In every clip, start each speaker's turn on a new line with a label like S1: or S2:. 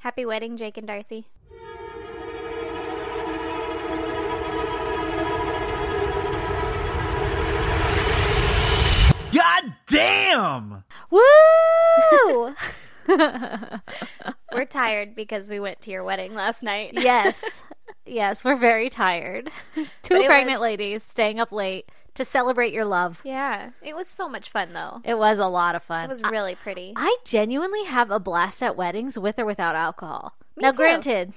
S1: Happy wedding, Jake and Darcy.
S2: God damn!
S1: Woo!
S3: We're tired because we went to your wedding last night.
S1: yes. Yes, we're very tired.
S3: it
S1: Two
S3: was-
S1: pregnant ladies staying up late to celebrate your love.
S3: Yeah. It was so much fun though.
S1: It was a lot of fun.
S3: It was really pretty.
S1: I genuinely have a blast at weddings with or without alcohol. now,
S3: too.
S1: granted,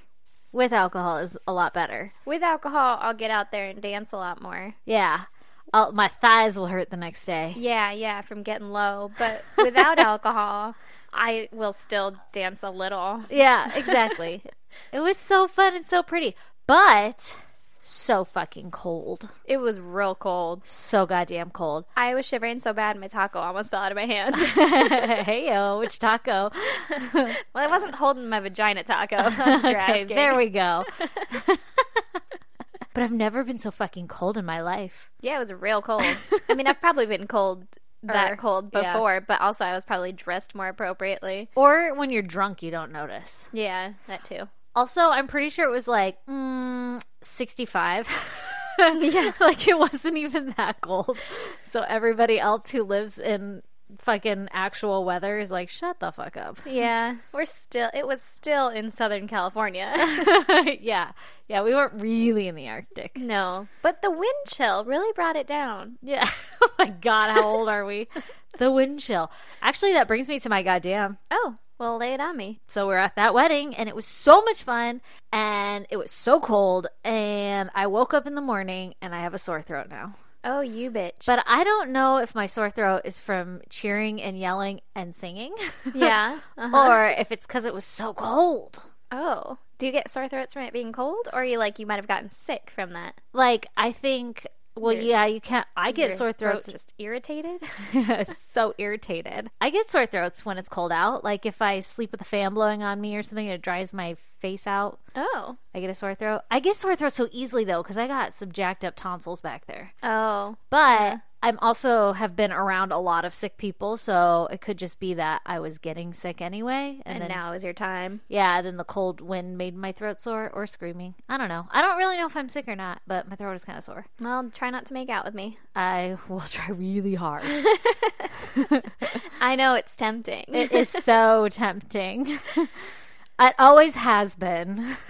S1: with alcohol is a lot better.
S3: With alcohol, I'll get out there and dance a lot more.
S1: Yeah. I'll, my thighs will hurt the next day.
S3: Yeah, yeah, from getting low. But without alcohol, I will still dance a little.
S1: Yeah, exactly. it was so fun and so pretty, but so fucking cold.
S3: It was real cold.
S1: So goddamn cold.
S3: I was shivering so bad, my taco almost fell out of my hand.
S1: hey yo, which taco?
S3: well, I wasn't holding my vagina taco. That's
S1: okay,
S3: drastic.
S1: there we go. but I've never been so fucking cold in my life.
S3: Yeah, it was real cold. I mean, I've probably been cold
S1: Or-
S3: that cold
S1: yeah.
S3: before, but also I was probably dressed more appropriately.
S1: Or when you're drunk, you don't notice.
S3: Yeah, that too.
S1: Also, I'm pretty sure it was like mm, 65. yeah, like it wasn't even that cold. So everybody else who lives in fucking actual weather is like, shut the fuck up.
S3: Yeah, we're still. It was still in Southern California.
S1: yeah, yeah, we weren't really in the Arctic.
S3: no, but the wind chill really brought it down.
S1: Yeah. oh my god, how old are we? the wind chill. Actually, that brings me to my goddamn.
S3: Oh, well, lay it on me.
S1: So we're at that wedding, and it was so much fun, and it was so cold, and I woke up in the morning, and I have a sore throat now.
S3: Oh, you bitch.
S1: But I don't know if my sore throat is from cheering and yelling and singing,
S3: yeah. uh-huh.
S1: or if it's because it was so cold.
S3: Oh, do you get sore throats from it being cold, or you like you might have gotten sick from that?
S1: Like I think. Well,
S3: Your-
S1: yeah, you can't. I get
S3: Your
S1: sore
S3: throat's
S1: throats
S3: just irritated.
S1: It's so irritated. I get sore throats when it's cold out. Like if I sleep with a fan blowing on me or something, it dries my face out.
S3: oh,
S1: I get a sore throat. I get sore throat so easily though because I got some jacked up tonsils back there.
S3: oh,
S1: But I'm also have been around a lot of sick people, so it could just be that I was getting sick anyway, and,
S3: and
S1: then
S3: now is your time.
S1: yeah, then the cold wind made my throat sore or screaming. I don't know. I don't really know if I'm sick or not, but my throat is kind of sore.
S3: Well, try not to make out with me.
S1: I will try really hard.
S3: I know it's tempting.
S1: It is so tempting. It always has been.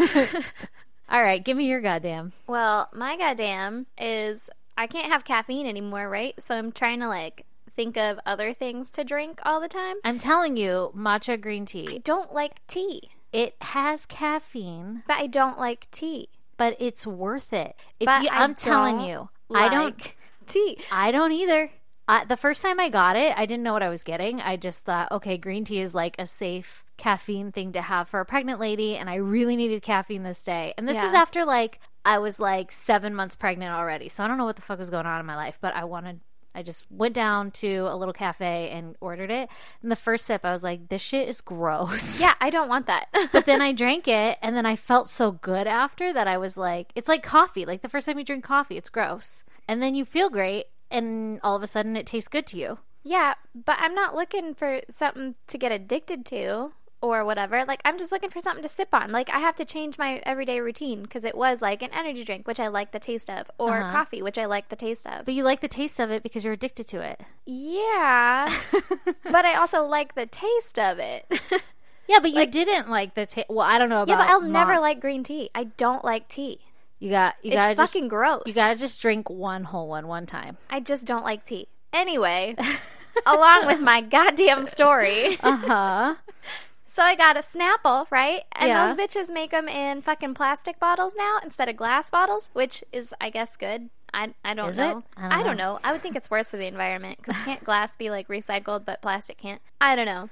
S1: All right, give me your goddamn.
S3: Well, my goddamn is I can't have caffeine anymore, right? So I'm trying to like think of other things to drink all the time.
S1: I'm telling you, matcha green
S3: I
S1: tea.
S3: don't like tea,
S1: It has caffeine,
S3: but I don't like tea.
S1: but it's worth it. If
S3: But
S1: you,
S3: I
S1: I'm telling
S3: don't
S1: you, I
S3: Like
S1: don't.
S3: tea.
S1: I don't either. I, the first time I got it, I didn't know what I was getting. I just thought, okay, green tea is like a safe caffeine thing to have for a pregnant lady, and I really needed caffeine this day. And this is
S3: Yeah.
S1: after like I was like seven months pregnant already, so I don't know what the fuck was going on in my life, but I wanted. I just went down to a little cafe and ordered it. And the first sip, I was like, this shit is gross.
S3: Yeah, I don't want that.
S1: But then I drank it, and then I felt so good after that I was like, it's like coffee. Like the first time you drink coffee, it's gross. And then you feel great, and all of a sudden it tastes good to you.
S3: yeah, but I'm not looking for something to get addicted to or whatever. Like I'm just looking for something to sip on. Like I have to change my everyday routine because it was like an energy drink, which I like the taste of, or
S1: Uh-huh.
S3: coffee, which I like the taste of.
S1: But you like the taste of it because you're addicted to it.
S3: Yeah, but I also like the taste of it.
S1: Yeah, but you didn't like the taste. Well, I don't know about
S3: yeah, but I'll
S1: Mont.
S3: never like green tea. I don't like tea.
S1: You got, you
S3: It's
S1: gotta just,
S3: fucking gross.
S1: you gotta just drink one whole one one time.
S3: I just don't like tea. Anyway, along with my goddamn story.
S1: Uh huh.
S3: So I got a Snapple, right? And
S1: Yeah.
S3: those bitches make them in fucking plastic bottles now instead of glass bottles, which is, I guess, good. I, I don't
S1: Is it?
S3: know. I don't, know. I would think it's worse for the environment because can't glass be like recycled, but plastic can't? I don't know.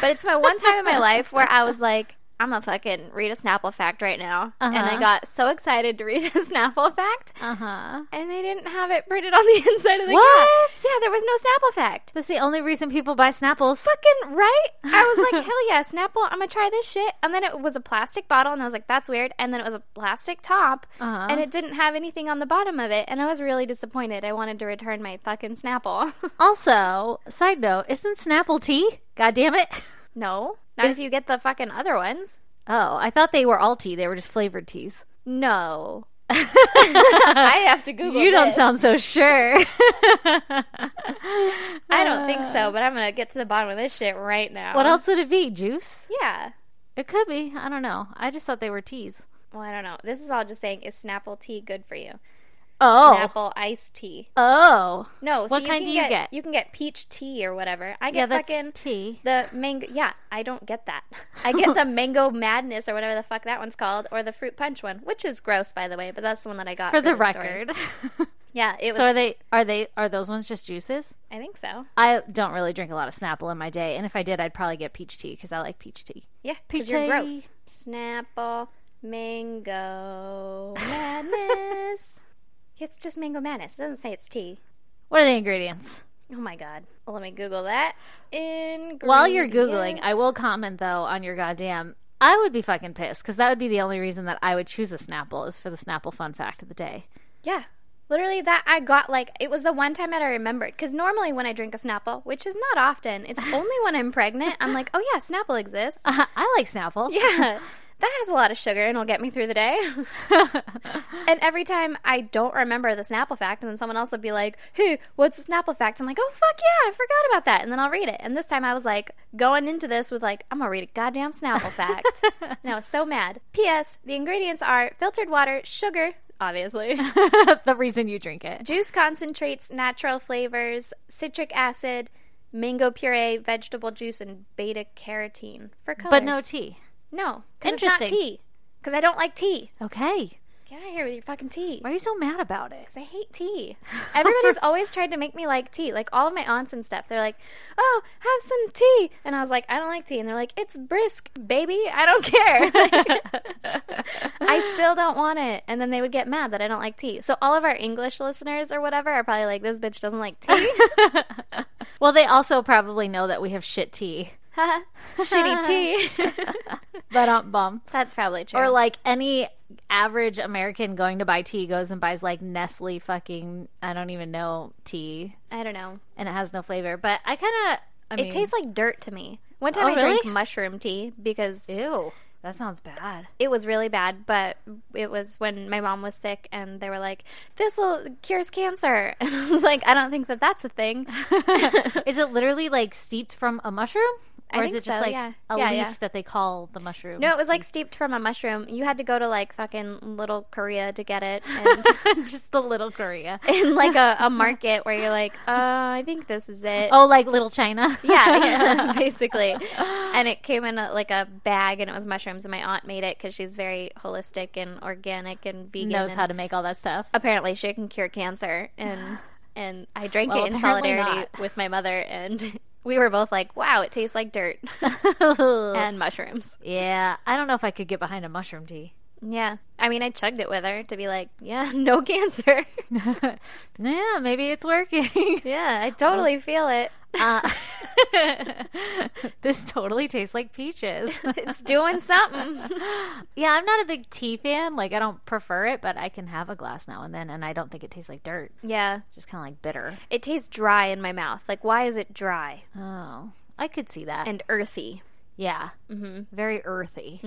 S3: But it's my one time in my life where I was like, I'm gonna fucking read a Snapple fact right now, and
S1: Uh-huh.
S3: I got so excited to read a Snapple fact,
S1: uh huh.
S3: and they didn't have it printed on the inside of the
S1: What?
S3: cap. Yeah, there was no Snapple fact
S1: That's the only reason people buy Snapples.
S3: fucking right. I was like, hell yeah, Snapple. I'm gonna try this shit. And then it was a plastic bottle, and I was like, that's weird. And then it was a plastic top,
S1: Uh-huh.
S3: and it didn't have anything on the bottom of it. And I was really disappointed. I wanted to return my fucking Snapple.
S1: Also, side note, isn't Snapple tea? God damn it.
S3: no, not if you get the fucking other ones.
S1: Oh, I thought they were all tea. They were just flavored teas.
S3: No. I have to Google
S1: Uh, you don't
S3: this.
S1: sound so sure.
S3: I don't think so, but I'm going to get to the bottom of this shit right now.
S1: what else would it be? Juice?
S3: Yeah.
S1: It could be. I don't know. I just thought they were teas.
S3: Well, I don't know. This is all just saying is Snapple tea good for you?
S1: Oh.
S3: Snapple iced tea.
S1: Oh.
S3: No, so
S1: What
S3: can
S1: kind do you get?
S3: You can get peach tea or whatever. I
S1: Yeah,
S3: get
S1: that's
S3: fucking
S1: tea.
S3: the mango. Yeah, I don't get that. I get the mango madness or whatever the fuck that one's called, or the fruit punch one, which is gross by the way. But that's the one that I got
S1: For the
S3: this story.
S1: record.
S3: Yeah, it was.
S1: so are they are they are those ones just juices?
S3: I think so.
S1: I don't really drink a lot of Snapple in my day, and if I did, I'd probably get peach tea because I like peach tea.
S3: Yeah,
S1: Peach
S3: because you're
S1: tea.
S3: gross. Snapple mango madness. it's just mango madness. It doesn't say it's tea.
S1: What are the ingredients?
S3: Oh my god. Well, let me Google that. Ingredients.
S1: While you're googling, I will comment though on your goddamn. I would be fucking pissed because that would be the only reason that I would choose a Snapple is for the Snapple fun fact of the day.
S3: Yeah. Literally, that I got like, it was the one time that I remembered. Because normally, when I drink a Snapple, which is not often, it's only when I'm pregnant, I'm like, oh yeah, Snapple exists.
S1: Uh, I like Snapple.
S3: Yeah. That has a lot of sugar and will get me through the day. and every time I don't remember the Snapple fact, and then someone else will be like, hey, what's the Snapple fact? I'm like, oh, fuck yeah, I forgot about that. And then I'll read it. And this time I was like, going into this with like, I'm going to read a goddamn Snapple fact. and I was so mad. P.S. The ingredients are filtered water, sugar, obviously,
S1: the reason you drink it.
S3: juice concentrates, natural flavors, citric acid, mango puree, vegetable juice, and beta carotene for color.
S1: But no tea.
S3: No, because it's not
S1: Interesting.
S3: tea. Because I don't like tea.
S1: Okay.
S3: Get out of here with your fucking tea.
S1: Why are you so mad about it?
S3: 'Cause I hate tea. Everybody's always tried to make me like tea. Like all of my aunts and stuff, they're like, "Oh, have some tea," and I was like, "I don't like tea," and they're like, "It's brisk, baby. I don't care." I still don't want it. And then they would get mad that I don't like tea. So all of our English listeners or whatever are probably like, "This bitch doesn't like tea."
S1: Well, they also probably know that we have shit tea.
S3: Haha. Shitty tea.
S1: But um, bum.
S3: That's probably true.
S1: Or like any average American going to buy tea goes and buys like Nestle fucking I don't even know tea
S3: I don't know.
S1: and it has no flavor. But I kind of
S3: It tastes like dirt to me. One time
S1: Oh,
S3: I drank
S1: really?
S3: mushroom tea because
S1: ew. That sounds bad.
S3: it was really bad, but it was when my mom was sick and they were like, "This will cures cancer." And I was like, "I don't think that that's a thing."
S1: Is it literally like steeped from a mushroom,
S3: I
S1: or is
S3: think
S1: it just
S3: so,
S1: like
S3: yeah.
S1: a
S3: Yeah,
S1: leaf
S3: yeah.
S1: that they call the mushroom?
S3: no, it was like steeped from a mushroom. You had to go to like fucking little Korea to get it and
S1: just the little Korea.
S3: in like a, a market where you're like, "Uh, I think this is it."
S1: Oh, like little China.
S3: Yeah, basically. And it came in a, like a bag and it was mushrooms and my aunt made it cuz she's very holistic and organic and vegan.
S1: knows
S3: and-
S1: how to make all that stuff.
S3: apparently she can cure cancer and and I drank
S1: Well,
S3: it in
S1: apparently
S3: solidarity
S1: not.
S3: with my mother and we were both like, "Wow, it tastes like dirt and mushrooms."
S1: yeah, I don't know if I could get behind a mushroom tea.
S3: Yeah. I mean, I chugged it with her to be like, "Yeah, no cancer."
S1: Yeah, maybe it's working.
S3: yeah, I totally feel it.
S1: Uh, this totally tastes like peaches.
S3: It's doing something.
S1: yeah, I'm not a big tea fan. Like, I don't prefer it, but I can have a glass now and then, and I don't think it tastes like dirt.
S3: yeah.
S1: It's just kind of like bitter.
S3: It tastes dry in my mouth. Like, why is it dry
S1: Oh, I could see that.
S3: and earthy?
S1: yeah, very earthy.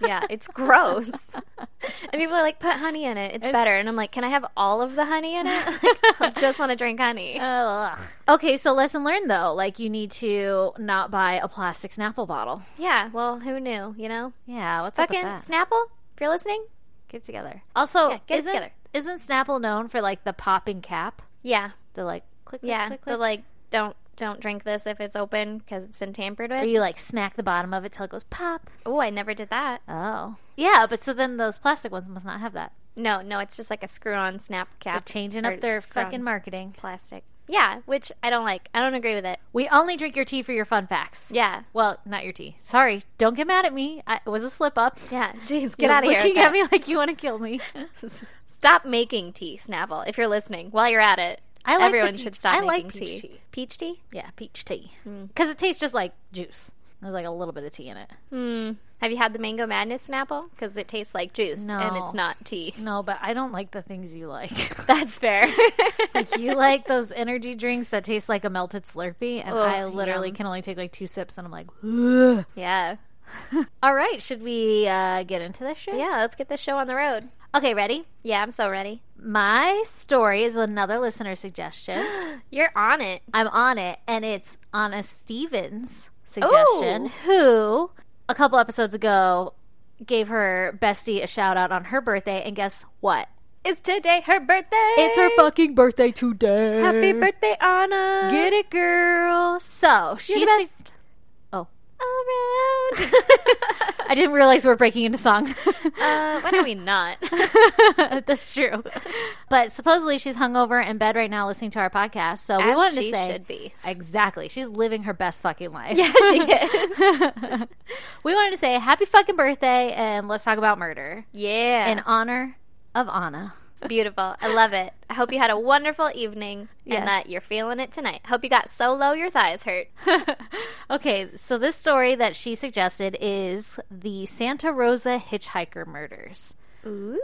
S3: Yeah, it's gross. and people are like, "Put honey in it. It's, better." And I'm like, "Can I have all of the honey in it? Like, I just want to drink honey."
S1: Uh, Ugh. Okay, so lesson learned though. Like, you need to not buy a plastic Snapple bottle.
S3: Yeah, well, who knew, you know?
S1: Yeah, what's
S3: Fucking
S1: up with that?
S3: Snapple, if you're listening?
S1: Get together. Also,
S3: Yeah, get
S1: isn't,
S3: together.
S1: isn't Snapple known for like the popping cap?
S3: Yeah,
S1: The like click, click,
S3: yeah.
S1: click,
S3: The
S1: click.
S3: like, don't don't drink this if it's open because it's been tampered
S1: Or
S3: with.
S1: you like smack the bottom of it till it goes pop.
S3: Oh, I never did that.
S1: Oh. Yeah, but so then those plastic ones must not have that.
S3: No, no, it's just like a screw-on snap
S1: They're
S3: cap.
S1: changing
S3: or
S1: up their
S3: screw-on
S1: fucking marketing.
S3: plastic. Yeah, which I don't like. I don't agree with it.
S1: We only drink your tea for your fun facts.
S3: Yeah,
S1: Well, not your tea. Sorry. Don't get mad at me. I, it was a slip up.
S3: yeah. Jeez, get
S1: You're
S3: out of here.
S1: Looking
S3: with that.
S1: at me like you want to kill me.
S3: Stop making tea, Snapple. If you're listening, while you're at it,
S1: I like the
S3: everyone
S1: peach-
S3: should stop
S1: I like
S3: making
S1: peach
S3: tea.
S1: tea.
S3: Peach tea?
S1: yeah, peach tea. Because it tastes just like juice. There's like a little bit of tea in it.
S3: Have you had the Mango Madness Snapple? Because it tastes like juice and
S1: No.
S3: it's not tea.
S1: No, but I don't like the things you like.
S3: That's fair.
S1: like you like those energy drinks that taste like a melted Slurpee, and
S3: Oh,
S1: I literally
S3: yum.
S1: can only take like two sips, and I'm like, Ugh.
S3: yeah.
S1: All right, should we uh, get into this shit?
S3: Yeah, let's get this show on the road.
S1: Okay, ready?
S3: Yeah, I'm so ready.
S1: My story is another listener suggestion.
S3: You're on it.
S1: I'm on it, and it's Anna Stevens' suggestion, who a couple episodes ago gave her bestie a shout out on her birthday, and guess what?
S3: It's today her birthday.
S1: It's her fucking birthday today.
S3: Happy birthday, Anna.
S1: Get it, girl. So
S3: You're
S1: she
S3: the
S1: sug-
S3: best
S1: Oh.
S3: around.
S1: I didn't realize we we're breaking into song.
S3: uh, why don't we not?
S1: That's true. But supposedly she's hungover in bed right now listening to our podcast. So we
S3: As
S1: wanted
S3: she
S1: to say
S3: should be.
S1: exactly. She's living her best fucking life.
S3: Yeah, she is.
S1: we wanted to say happy fucking birthday and let's talk about murder
S3: yeah,
S1: in honor of Anna.
S3: it's beautiful. I love it. I hope you had a wonderful evening
S1: Yes.
S3: and that you're feeling it tonight. Hope you got so low your thighs hurt.
S1: okay, so this story that she suggested is the Santa Rosa hitchhiker murders.
S3: Ooh,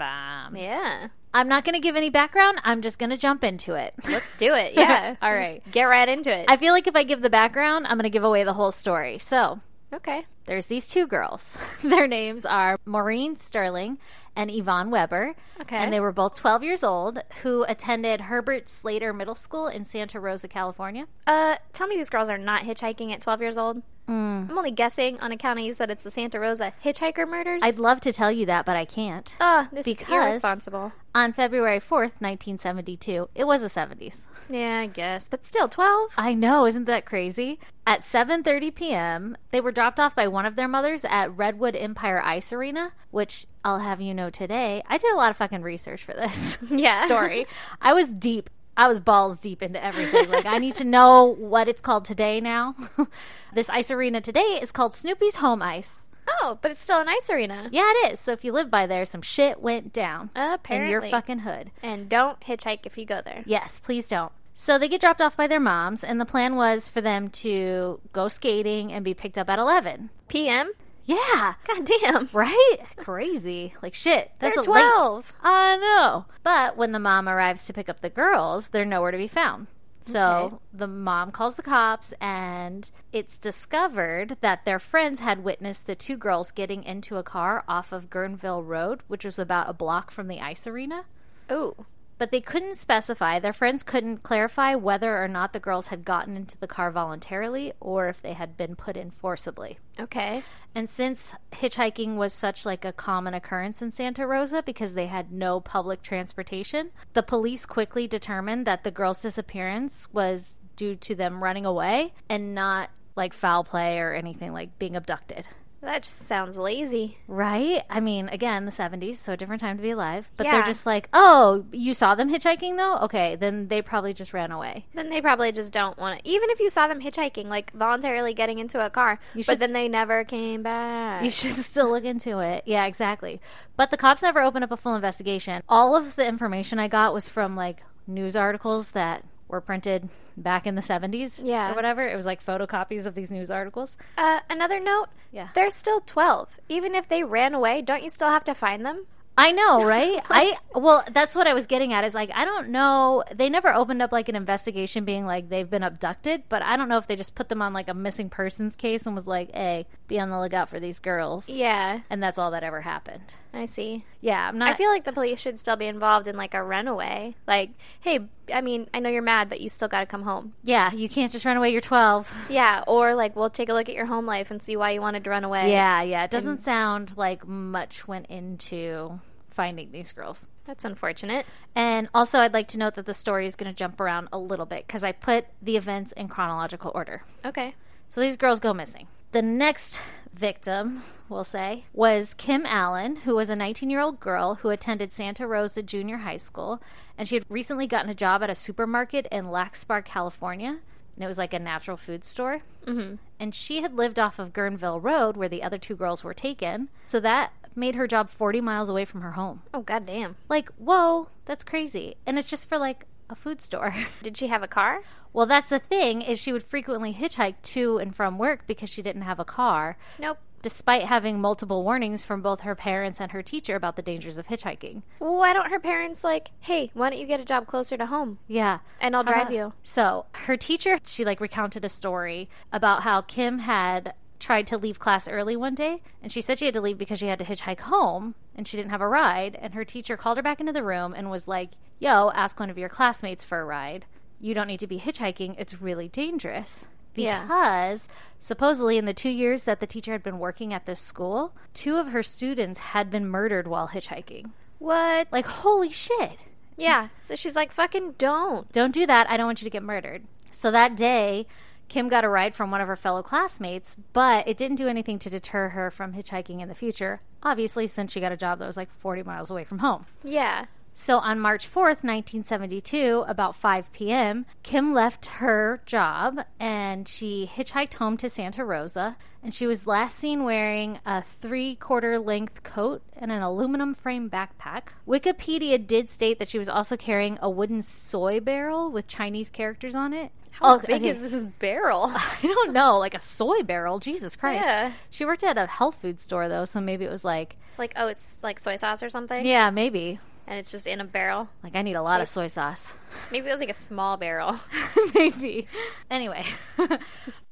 S3: yeah.
S1: I'm not going to give any background. I'm just going to jump into it.
S3: Let's do it. Yeah.
S1: All
S3: Just
S1: right.
S3: Get right into it.
S1: I feel like if I give the background, I'm going to give away the whole story. So
S3: okay.
S1: there's these two girls. Their names are Maureen Sterling and Yvonne Weber.
S3: Okay.
S1: And they were both 12 years old who attended Herbert Slater Middle School in Santa Rosa, California.
S3: Uh, tell me these girls are not hitchhiking at 12 years old.
S1: Mm.
S3: I'm only guessing on account of you said it's the Santa Rosa hitchhiker murders.
S1: I'd love to tell you that, but I can't.
S3: oh, this is
S1: because-
S3: irresponsible.
S1: On February 4th, 1972, it was the 70s.
S3: Yeah, I guess. But still, 12?
S1: I know, isn't that crazy? At 7:30 p.m., they were dropped off by one of their mothers at Redwood Empire Ice Arena, which I'll have you know today, I did a lot of fucking research for this
S3: Yeah.
S1: story. I was deep. I was balls deep into everything. Like I need to know what it's called today now. this ice arena today is called Snoopy's Home Ice.
S3: Oh, but it's still an ice arena.
S1: Yeah, it is. So if you live by there, some shit went down in
S3: Apparently.
S1: your fucking hood.
S3: And don't hitchhike if you go there.
S1: Yes, please don't. So they get dropped off by their moms, and the plan was for them to go skating and be picked up at 11.
S3: PM?
S1: Yeah,
S3: God damn.
S1: right? Crazy. Like, shit. That's
S3: They're
S1: a late-
S3: 12.
S1: I know. But when the mom arrives to pick up the girls, they're nowhere to be found. So
S3: Okay.
S1: the mom calls the cops, and it's discovered that their friends had witnessed the two girls getting into a car off of Gurnville Road, which was about a block from the ice arena
S3: Ooh.
S1: but they couldn't specify. Their friends couldn't clarify whether or not the girls had gotten into the car voluntarily or if they had been put in forcibly.
S3: Okay.
S1: And since hitchhiking was such like a common occurrence in Santa Rosa because they had no public transportation, the police quickly determined that the girls' disappearance was due to them running away and not like foul play or anything like being abducted.
S3: That just sounds lazy.
S1: Right? I mean, again, the 70s, so a different time to be alive. But
S3: Yeah.
S1: they're just like, oh, you saw them hitchhiking though? Okay, then they probably just ran away.
S3: Then they probably just don't want to. Even if you saw them hitchhiking, like voluntarily getting into a car,
S1: should
S3: but then they never came back.
S1: You should still look into it. Yeah, exactly. But the cops never opened up a full investigation. All of the information I got was from like news articles that were printed back in the 70s
S3: Yeah.
S1: or whatever. It was like photocopies of these news articles.
S3: Uh, another note.
S1: Yeah.
S3: They're still 12. Even if they ran away, don't you still have to find them?
S1: I know, right? I well, that's what I was getting at. Is like I don't know. They never opened up like an investigation, being like they've been abducted. But I don't know if they just put them on like a missing persons case and was like, "Hey, be on the lookout for these girls."
S3: Yeah,
S1: And that's all that ever happened.
S3: I see.
S1: Yeah, I'm
S3: I
S1: not.
S3: feel like the police should still be involved in like a runaway. Like, hey, I mean, I know you're mad, but you still got to come home.
S1: yeah, you can't just run away. You're 12.
S3: Yeah, or like we'll take a look at your home life and see why you wanted to run away.
S1: Yeah, yeah. It doesn't sound like much went into finding these girls.
S3: that's unfortunate.
S1: And also, I'd like to note that the story is going to jump around a little bit because I put the events in chronological order.
S3: Okay,
S1: So these girls go missing. The next victim, we'll say, was Kim Allen, who was a 19 year old girl who attended Santa Rosa Junior High School. And she had recently gotten a job at a supermarket in Laxbar, California. And it was like a natural food store. Mm-hmm. And she had lived off of Gurnville Road, where the other two girls were taken. So that made her job 40 miles away from her home.
S3: oh goddamn,
S1: Like, whoa, that's crazy. And it's just for like a food store.
S3: did she have a car?
S1: Well, that's the thing is she would frequently hitchhike to and from work because she didn't have a car,
S3: Nope.
S1: despite having multiple warnings from both her parents and her teacher about the dangers of hitchhiking.
S3: Why don't her parents like, hey, why don't you get a job closer to home
S1: Yeah.
S3: and
S1: Uh-huh.
S3: I'll drive you?
S1: So her teacher, she like recounted a story about how Kim had tried to leave class early one day, and she said she had to leave because she had to hitchhike home and she didn't have a ride. And her teacher called her back into the room and was like, Yo, ask one of your classmates for a ride. You don't need to be hitchhiking, it's really dangerous.
S3: Yeah.
S1: Because supposedly, in the two years that the teacher had been working at this school, two of her students had been murdered while hitchhiking.
S3: What?
S1: Like, holy shit.
S3: yeah. So she's like, fucking don't.
S1: Don't do that. I don't want you to get murdered. So that day, Kim got a ride from one of her fellow classmates, but it didn't do anything to deter her from hitchhiking in the future, obviously, since she got a job that was like 40 miles away from home.
S3: Yeah.
S1: So on March 4th, 1972, about 5 p.m., Kim left her job and she hitchhiked home to Santa Rosa. And she was last seen wearing a three quarter length coat and an aluminum frame backpack. Wikipedia did state that she was also carrying a wooden soy barrel with Chinese characters on it.
S3: How
S1: Oh,
S3: big
S1: okay.
S3: is this barrel?
S1: I don't know, like a soy barrel. Jesus Christ.
S3: Yeah.
S1: She worked at a health food store though, so maybe it was like,
S3: like, oh, it's like soy sauce or something?
S1: yeah, maybe.
S3: And it's just in a barrel.
S1: Like I need a lot of soy sauce.
S3: Maybe it was like a small barrel.
S1: maybe. Anyway,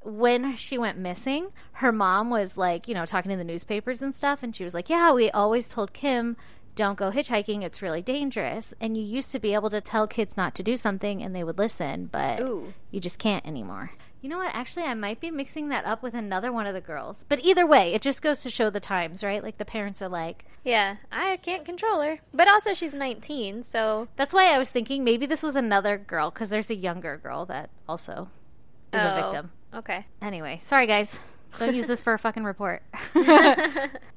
S1: when she went missing, her mom was like, you know, talking to the newspapers and stuff, and she was like, "Yeah, we always told Kim." Don't go hitchhiking, it's really dangerous. And you used to be able to tell kids not to do something and they would listen, but
S3: Ooh.
S1: you just can't anymore. You know what? Actually, I might be mixing that up with another one of the girls. But either way, it just goes to show the times, right? Like the parents are like,
S3: Yeah. I can't control her. But also, she's 19, so.
S1: That's why I was thinking maybe this was another girl because there's a younger girl that also is a
S3: Oh,
S1: victim.
S3: Okay.
S1: Anyway, sorry guys. Don't use this for a fucking report.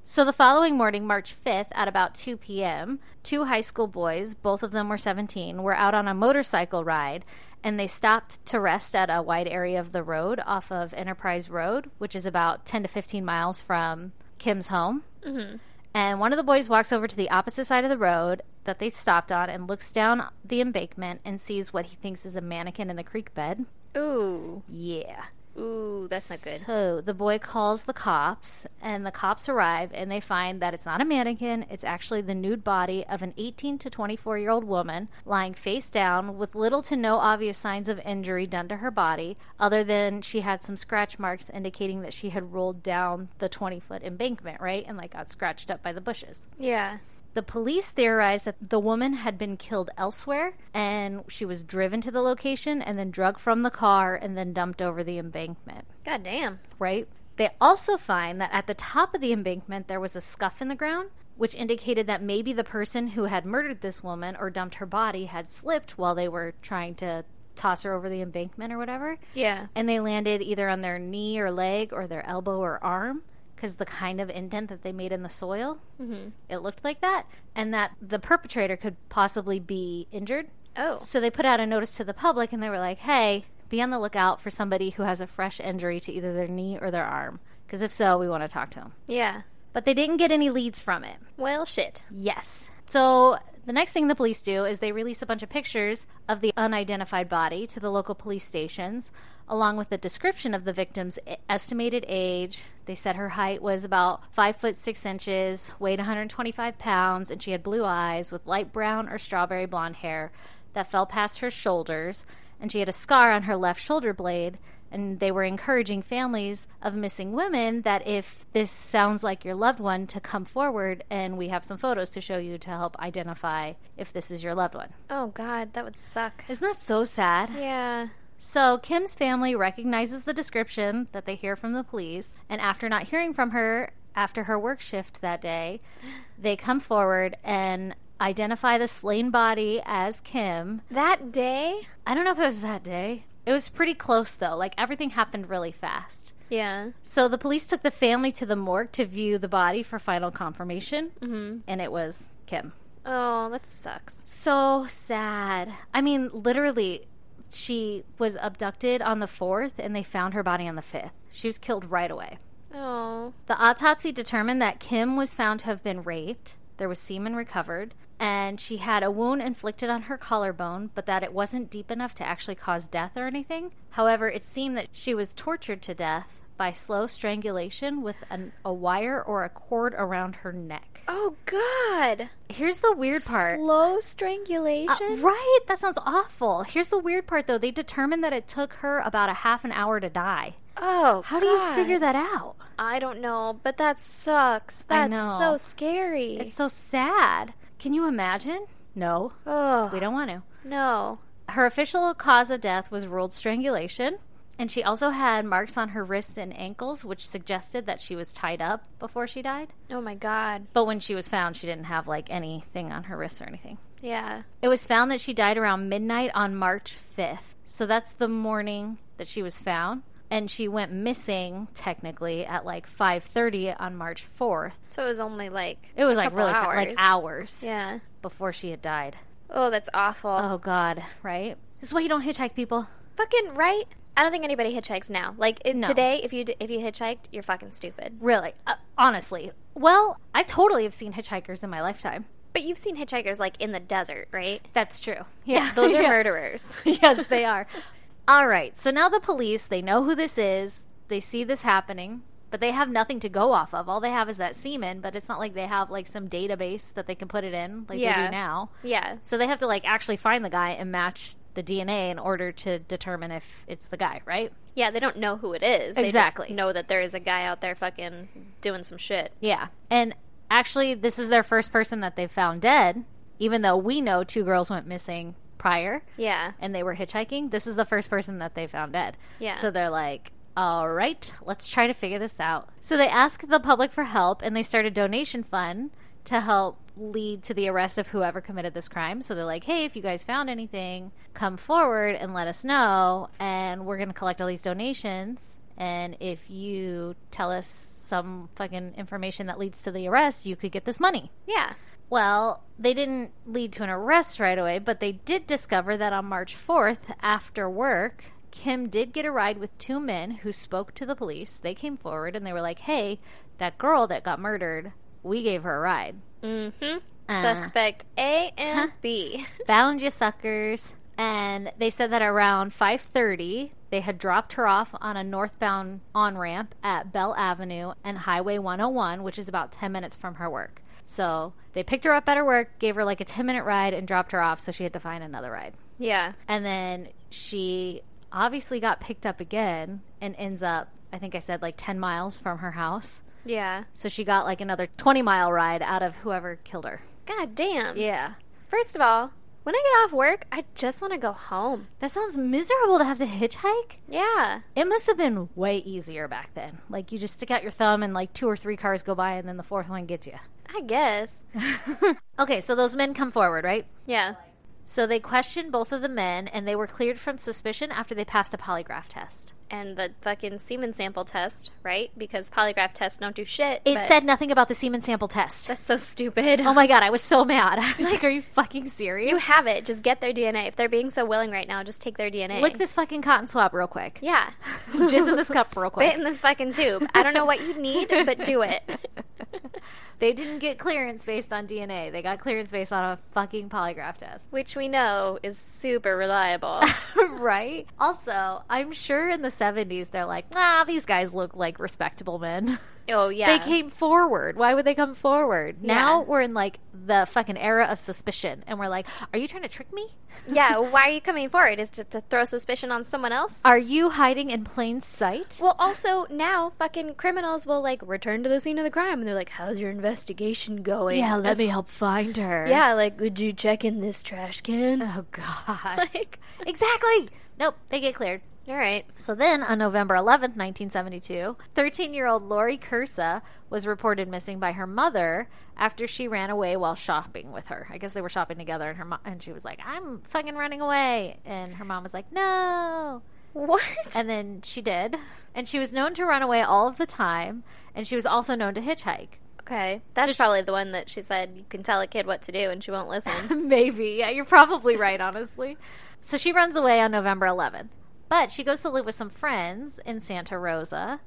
S1: so the following morning, March 5th, at about 2 p.m., two high school boys, both of them were 17, were out on a motorcycle ride and they stopped to rest at a wide area of the road off of Enterprise Road, which is about 10 to 15 miles from Kim's home. And one of the boys walks over to the opposite side of the road that they stopped on and looks down the embankment and sees what he thinks is a mannequin in the creek bed.
S3: Ooh.
S1: Yeah.
S3: Ooh, that's not good.
S1: So the boy calls the cops, and the cops arrive, and they find that it's not a mannequin. It's actually the nude body of an 18 to 24 year old woman lying face down with little to no obvious signs of injury done to her body, other than she had some scratch marks indicating that she had rolled down the 20 foot embankment, right? And like got scratched up by the bushes.
S3: Yeah.
S1: The police theorized that the woman had been killed elsewhere and she was driven to the location and then drugged from the car and then dumped over the embankment
S3: God damn.
S1: right? They also find that at the top of the embankment there was a scuff in the ground, which indicated that maybe the person who had murdered this woman or dumped her body had slipped while they were trying to toss her over the embankment or whatever.
S3: Yeah.
S1: And they landed either on their knee or leg or their elbow or arm because the kind of indent that they made in the soil, it looked like that. And that the perpetrator could possibly be injured
S3: Oh.
S1: so they put out a notice to the public and they were like, hey, be on the lookout for somebody who has a fresh injury to either their knee or their arm. Because if so, we want to talk to them.
S3: Yeah.
S1: But they didn't get any leads from it.
S3: Well, shit.
S1: Yes. So the next thing the police do is they release a bunch of pictures of the unidentified body to the local police stations, along with the description of the victim's e- estimated age. They said her height was about five foot six inches, weighed 125 pounds, and she had blue eyes with light brown or strawberry blonde hair that fell past her shoulders, and she had a scar on her left shoulder blade. And they were encouraging families of missing women that if this sounds like your loved one, to come forward and we have some photos to show you to help identify if this is your loved one.
S3: Oh, God, that would suck.
S1: Isn't that so sad?
S3: Yeah.
S1: So Kim's family recognizes the description that they hear from the police, and after not hearing from her after her work shift that day, they come forward and identify the slain body as Kim.
S3: That day?
S1: I don't know if it was that day. It was pretty close though. Like everything happened really fast.
S3: Yeah.
S1: So the police took the family to the morgue to view the body for final confirmation, mm-hmm. and it was Kim.
S3: Oh, that sucks.
S1: So sad. I mean, literally, she was abducted on the 4th, and they found her body on the 5th. She was killed right away.
S3: Oh.
S1: The autopsy determined that Kim was found to have been raped. There was semen recovered, and she had a wound inflicted on her collarbone, but that it wasn't deep enough to actually cause death or anything. However, it seemed that she was tortured to death by slow strangulation with an, a wire or a cord around her neck.
S3: Oh, God.
S1: Here's the weird part.
S3: Low
S1: Uh,
S3: strangulation?
S1: right? That sounds awful. Here's the weird part, though. They determined that it took her about a half an hour to die.
S3: Oh,
S1: How do you
S3: God.
S1: figure that out?
S3: I don't know, but that sucks.
S1: I
S3: That's
S1: know.
S3: so scary.
S1: It's so sad. Can you imagine? No,
S3: oh,
S1: we don't want to.
S3: no.
S1: Her official cause of death was ruled strangulation, and she also had marks on her wrists and ankles, which suggested that she was tied up before she died.
S3: Oh my God.
S1: But when she was found, she didn't have like anything on her wrists or anything.
S3: Yeah.
S1: It was found that she died around midnight on March 5th. So that's the morning that she was found and she went missing technically at like 5:30 on March 4th.
S3: So it was only like
S1: It was like
S3: couple
S1: really fa- like hours
S3: Yeah.
S1: before she had died.
S3: Oh, that's awful.
S1: Oh god, right? This is why you don't hitchhike people.
S3: Fucking right. I don't think anybody hitchhikes now. Like it,
S1: No.
S3: today, if you d- if you hitchhiked, you're fucking stupid.
S1: Really. Uh, honestly. Well, I totally have seen hitchhikers in my lifetime.
S3: But you've seen hitchhikers like in the desert, right?
S1: That's true. Yeah,
S3: Those are
S1: yeah.
S3: murderers.
S1: yes, they are. All right. So now the police, they know who this is. They see this happening, but they have nothing to go off of. All they have is that semen, but it's not like they have like some database that they can put it in like they
S3: Yeah.
S1: do now.
S3: yeah.
S1: So they have to like actually find the guy and match the DNA in order to determine if it's the guy, right?
S3: Yeah, they don't know who it is. They just
S1: Exactly.
S3: know that there is a guy out there fucking doing some shit.
S1: Yeah. And actually, this is their first person that they found dead, even though we know two girls went missing prior.
S3: Yeah.
S1: and they were hitchhiking, this is the first person that they found dead.
S3: Yeah.
S1: So they're like, all right, let's try to figure this out. So they asked the public for help and they started a donation fund to help lead to the arrest of whoever committed this crime. So they're like, hey, if you guys found anything, come forward and let us know. And we're going to collect all these donations. And if you tell us some fucking information that leads to the arrest, you could get this money.
S3: Yeah.
S1: Well, they didn't lead to an arrest right away, but they did discover that on March 4th, after work, Kim did get a ride with two men who spoke to the police. They came forward and they were like, hey, that girl that got murdered, we gave her a ride.
S3: Mm-hmm.
S1: Uh.
S3: Suspect A and B.
S1: Found you suckers. And they said that around 5:30, they had dropped her off on a northbound on-ramp at Bell Avenue and Highway 101, which is about 10 minutes from her work. So, they picked her up at her work, gave her like a 10-minute ride and dropped her off, so she had to find another ride.
S3: Yeah.
S1: And then she obviously got picked up again and ends up, I think I said like 10 miles from her house.
S3: Yeah.
S1: So she got like another 20 mile ride out of whoever killed her.
S3: God damn.
S1: Yeah.
S3: First of all, when I get off work, I just want to go home.
S1: That sounds miserable to have to hitchhike.
S3: Yeah.
S1: It must have been way easier back then. Like you just stick out your thumb and like two or three cars go by and then the fourth one gets you.
S3: I guess.
S1: Okay, so those men come forward, right?
S3: Yeah.
S1: So they questioned both of the men and they were cleared from suspicion after they passed a polygraph test.
S3: And the fucking semen sample test, right? Because polygraph tests don't do shit.
S1: It
S3: but-
S1: said nothing about the semen sample test.
S3: that's so stupid.
S1: Oh my god, I was so mad. I was like, "Are you fucking serious?
S3: You have it. Just get their DNA. If they're being so willing right now, just take their DNA.
S1: Lick this fucking cotton swab real quick.
S3: Yeah.
S1: Jizz in this cup real
S3: Spit
S1: quick."
S3: in this fucking tube. I don't know what you need, but do it.
S1: They didn't get clearance based on DNA. They got clearance based on a fucking polygraph test,
S3: Which we know is super reliable.
S1: right? Also, I'm sure in the 70s they're like, "Ah, these guys look like respectable men."
S3: Oh, yeah.
S1: They came forward. Why would they come forward? Now
S3: Yeah.
S1: we're in like the fucking era of suspicion, and we're like, "Are you trying to trick me?
S3: yeah, why are you coming forward? Is it to throw suspicion on someone else?
S1: Are you hiding in plain sight?"
S3: Well, also now fucking criminals will like return to the scene of the crime and they're like, "How's your investigation going?" Uh,
S1: yeah, let me help find her.
S3: yeah, like, would you check in this trash can?
S1: Oh god.
S3: like,
S1: Exactly. Nope, they get cleared.
S3: all right,
S1: So then, on November 11th, 1972, 13 year old Lori Cursa was reported missing by her mother after she ran away while shopping with her. I guess they were shopping together, and her mom and she was like, "I'm fucking running away," and her mom was like, "No."
S3: what?
S1: And then she did, and she was known to run away all of the time, and she was also known to hitchhike.
S3: okay, that's
S1: So she-
S3: probably the one that she said you can tell a kid what to do and she won't listen.
S1: Maybe. Yeah, you're probably right, honestly. So she runs away on November 11th. But she goes to live with some friends in Santa Rosa.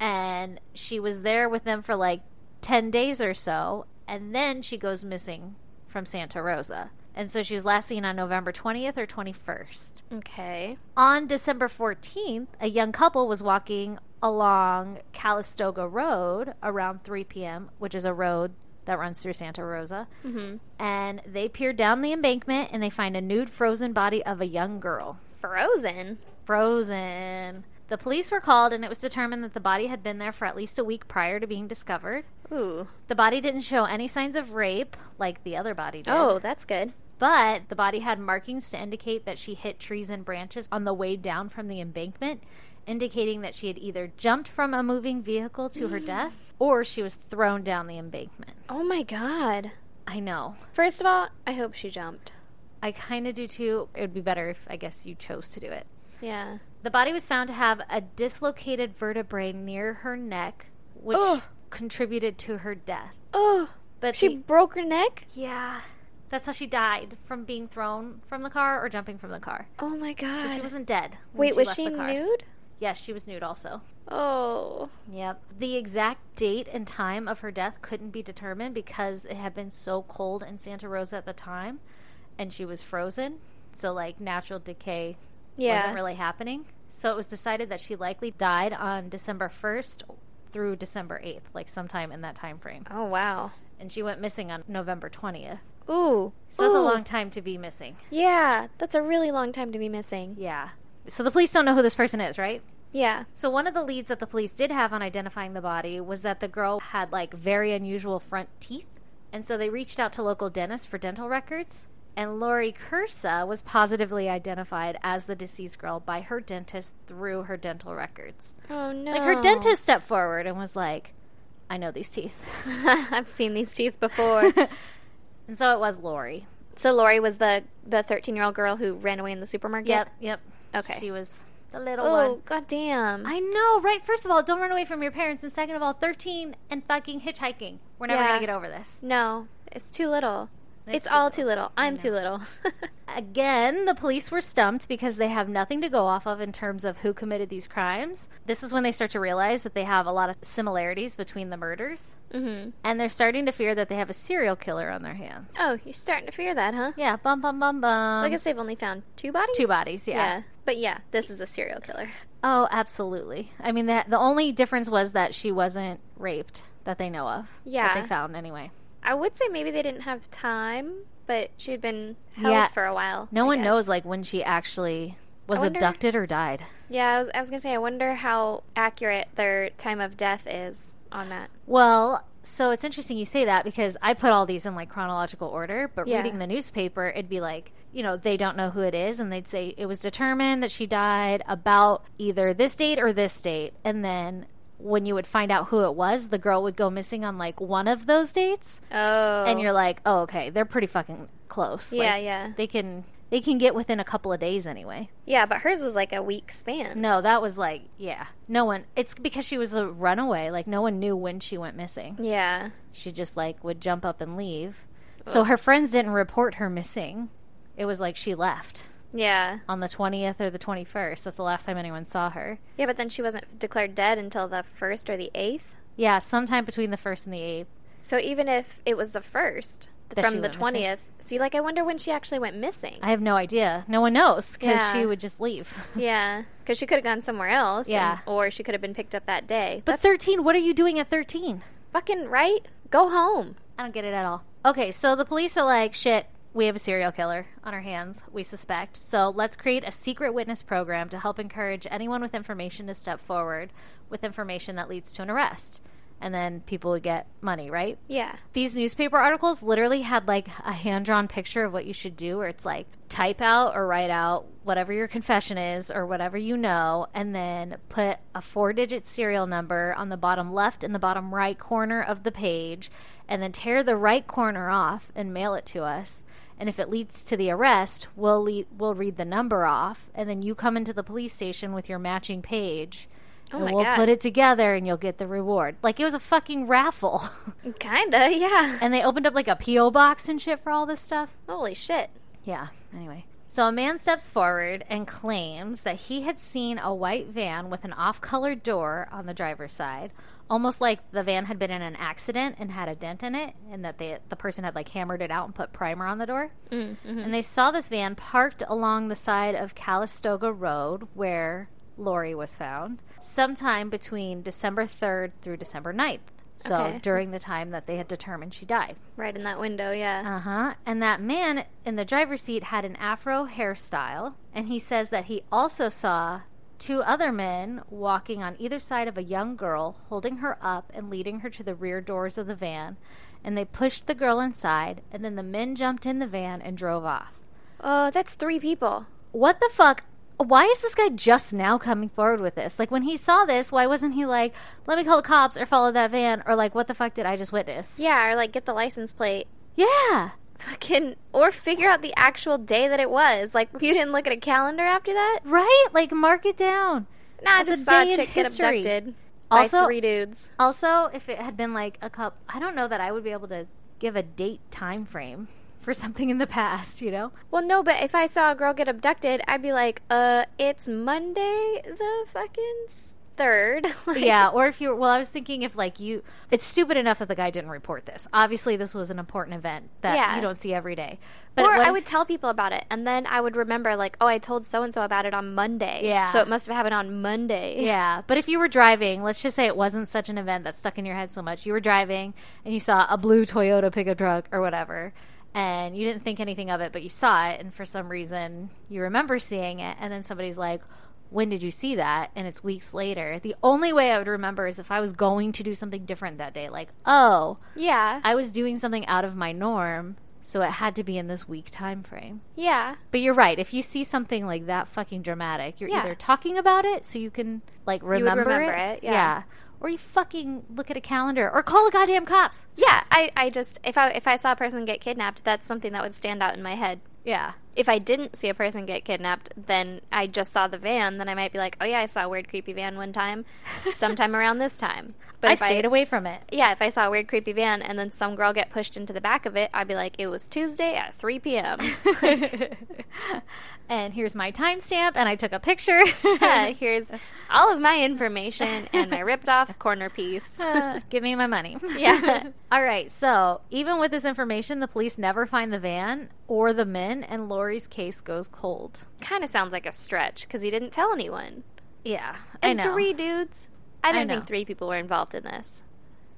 S1: And she was there with them for like 10 days or so. And then she goes missing from Santa Rosa. And so she was last seen on November 20th or 21st.
S3: okay,
S1: On December 14th, a young couple was walking along Calistoga Road around 3 p.m., which is a road that runs through Santa Rosa. Mm-hmm. And they peer down the embankment and they find a nude, frozen body of a young girl.
S3: frozen.
S1: Frozen. The police were called, and it was determined that the body had been there for at least a week prior to being discovered.
S3: Ooh.
S1: The body didn't show any signs of rape like the other body did.
S3: Oh, that's good.
S1: But the body had markings to indicate that she hit trees and branches on the way down from the embankment, indicating that she had either jumped from a moving vehicle to her death or she was thrown down the embankment.
S3: Oh my god.
S1: I know.
S3: First of all, I hope she jumped.
S1: I kind of do too. It would be better if I guess you chose to do it.
S3: Yeah.
S1: The body was found to have a dislocated vertebrae near her neck, which
S3: Ugh.
S1: contributed to her death.
S3: Oh,
S1: But
S3: she
S1: the-
S3: broke her neck?
S1: yeah, that's how she died from being thrown from the car or jumping from the car.
S3: Oh my god.
S1: So she wasn't dead. when
S3: Wait, was
S1: left
S3: she
S1: the car.
S3: nude?
S1: Yes, she was nude also.
S3: Oh.
S1: Yep. The exact date and time of her death couldn't be determined because it had been so cold in Santa Rosa at the time and she was frozen. So, like, natural decay
S3: Yeah.
S1: wasn't really happening. So, it was decided that she likely died on December 1st through December 8th, like sometime in that time frame.
S3: oh wow.
S1: And she went missing on November 20th.
S3: Ooh.
S1: So, that's a
S3: Ooh.
S1: long time to be missing.
S3: Yeah, that's a really long time to be missing.
S1: Yeah. So, the police don't know who this person is, right?
S3: Yeah.
S1: So one of the leads that the police did have on identifying the body was that the girl had like very unusual front teeth, and so they reached out to local dentists for dental records. And Lori Cursa was positively identified as the deceased girl by her dentist through her dental records.
S3: Oh no.
S1: Like her dentist stepped forward and was like, "I know these teeth,"
S3: I've seen these teeth before.
S1: and so it was Lori.
S3: so Lori was the the 13-year-old girl who ran away in the supermarket.
S1: Yep, yep.
S3: Okay.
S1: she was the little one.
S3: Oh, goddamn.
S1: I know, right? First of all, don't run away from your parents, and second of all, thirteen and fucking hitchhiking. We're never
S3: Yeah.
S1: gonna get over this.
S3: no, it's too little. It's,
S1: too
S3: all too little. I'm too little.
S1: Again, the police were stumped because they have nothing to go off of in terms of who committed these crimes. This is when they start to realize that they have a lot of similarities between the murders,
S3: mhm.
S1: and they're starting to fear that they have a serial killer on their hands.
S3: Oh, you're starting to fear that, huh?
S1: Yeah, bum bum bum bum.
S3: I guess they've only found Um, two bodies.
S1: two bodies. Yeah.
S3: Yeah. But yeah, this is a serial killer.
S1: Oh, absolutely. I mean, the the only difference was that she wasn't raped that they know of.
S3: Yeah.
S1: that they found anyway.
S3: I would say maybe they didn't have time, but she had been held
S1: Yeah.
S3: for a while.
S1: No
S3: I
S1: one
S3: guess.
S1: knows like when she actually was
S3: wonder-
S1: abducted or died.
S3: Yeah, I was, I was gonna say. I wonder how accurate their time of death is on that.
S1: Well, so it's interesting you say that because I put all these in like chronological order, but
S3: Yeah.
S1: reading the newspaper, it'd be like, you know, they don't know who it is, and they'd say it was determined that she died about either this date or this date. And then when you would find out who it was, the girl would go missing on like one of those dates.
S3: Oh,
S1: And you're like, oh, okay, they're pretty fucking close.
S3: Yeah,
S1: Like,
S3: yeah.
S1: They can. They can get within a couple of days anyway.
S3: yeah, but hers was like a week span.
S1: No, that was like, yeah. No one, it's because she was a runaway. Like, no one knew when she went missing
S3: Yeah,
S1: she just like would jump up and leave. So her friends didn't report her missing. It was like she left
S3: yeah,
S1: on the 20th or the 21st. That's the last time anyone saw her.
S3: yeah. But then she wasn't declared dead until the first or the eighth.
S1: Yeah, sometime between the 1st and the 8th.
S3: So even if it was the first
S1: That she
S3: from the
S1: went missing.
S3: twentieth, see, like I wonder when she actually went missing.
S1: I have no idea. No one knows because
S3: Yeah.
S1: she would just leave.
S3: yeah, because she could have gone somewhere else. and-
S1: Yeah.
S3: or she could have been picked up that day.
S1: But 13, what are you doing at 13?
S3: fucking right. Go home.
S1: I don't get it at all. Okay, so the police are like, shit, we have a serial killer on our hands, we suspect. So let's create a secret witness program to help encourage anyone with information to step forward with information that leads to an arrest. And then people would get money, right?
S3: Yeah.
S1: These newspaper articles literally had like a hand drawn picture of what you should do, where it's like type out or write out whatever your confession is or whatever you know, and then put a four digit serial number on the bottom left and the bottom right corner of the page, and then tear the right corner off and mail it to us. And if it leads to the arrest, we'll, le- we'll read the number off, and then you come into the police station with your matching page. and
S3: Oh my
S1: we'll
S3: God.
S1: put it together and you'll get the reward. Like it was a fucking raffle.
S3: Kinda. Yeah.
S1: And they opened up like a P.O. box and shit for all this stuff.
S3: Holy shit.
S1: Yeah, anyway. So a man steps forward and claims that he had seen a white van with an off color door on the driver's side, almost like the van had been in an accident and had a dent in it, and that they, the person had like hammered it out and put primer on the door. And they saw this van parked along the side of Calistoga Road where Lori was found sometime between December 3rd through December 9th. So
S3: Okay.
S1: during the time that they had determined she died.
S3: Right in that window. Yeah.
S1: Uh huh. And that man in the driver's seat had an afro hairstyle, and he says that he also saw Two other men walking on either side of a young girl, holding her up and leading her to the rear doors of the van. And they pushed the girl inside, and then the men jumped in the van and drove off.
S3: Oh, that's three people.
S1: What the fuck? Why is this guy just now coming forward with this? Like, when he saw this, why wasn't he like, let me call the cops or follow that van? Or, like, what the fuck did I just witness?
S3: Yeah, or like get the license plate.
S1: Yeah.
S3: Fucking, or figure out the actual day that it was. Like, you didn't look at a calendar after that?
S1: Right? Like, mark it down.
S3: Nah, I
S1: That's
S3: just
S1: a
S3: saw
S1: day
S3: a
S1: in
S3: chick get
S1: history.
S3: abducted by
S1: Also-
S3: three dudes.
S1: Also, if it had been like a cup, I don't know that I would be able to give a date time frame for something in the past, you know?
S3: Well, no, but if I saw a girl get abducted, I'd be like, uh, it's Monday the fucking s- third. Like,
S1: yeah, or if you were, well, I was thinking if like you, it's stupid enough that the guy didn't report this. Obviously, this was an important event that
S3: Yeah.
S1: you don't see every day. But
S3: Or
S1: what
S3: I
S1: if-
S3: would tell people about it, and then I would remember, like, oh, I told so and so about it on Monday.
S1: Yeah.
S3: So it must have happened on Monday.
S1: Yeah, but if you were driving, let's just say it wasn't such an event that stuck in your head so much. You were driving and you saw a blue Toyota pickup truck or whatever, and you didn't think anything of it, but you saw it, and for some reason you remember seeing it, and then somebody's like, when did you see that? And it's weeks later. The only way I would remember is if I was going to do something different that day. Like, oh,
S3: Yeah.
S1: I was doing something out of my norm, so it had to be in this week time frame.
S3: yeah.
S1: But you're right. If you see something like that fucking dramatic, you're
S3: Yeah.
S1: either talking about it so you can like
S3: would
S1: remember,
S3: remember it, yeah.
S1: Or you fucking look at a calendar or call the goddamn cops.
S3: Yeah. I, I just, if I, if I saw a person get kidnapped, that's something that would stand out in my head.
S1: Yeah.
S3: If I didn't see a person get kidnapped, then I just saw the van, then I might be like, oh, yeah, I saw a weird, creepy van one time, sometime around this time. But
S1: I
S3: if I-
S1: stayed away from it.
S3: yeah, if I saw a weird, creepy van and then some girl get pushed into the back of it, I'd be like, it was Tuesday at 3 p.m.
S1: and here's my timestamp and I took a picture.
S3: Yeah, Here's all of my information and my ripped off corner piece.
S1: Uh, give me my money.
S3: Yeah.
S1: All right. So, even with this information, the police never find the van or the men, and Lori's case goes cold.
S3: kind of sounds like a stretch because he didn't tell anyone.
S1: Yeah.
S3: And
S1: I know.
S3: three dudes. I don't
S1: know.
S3: think three people were involved in this.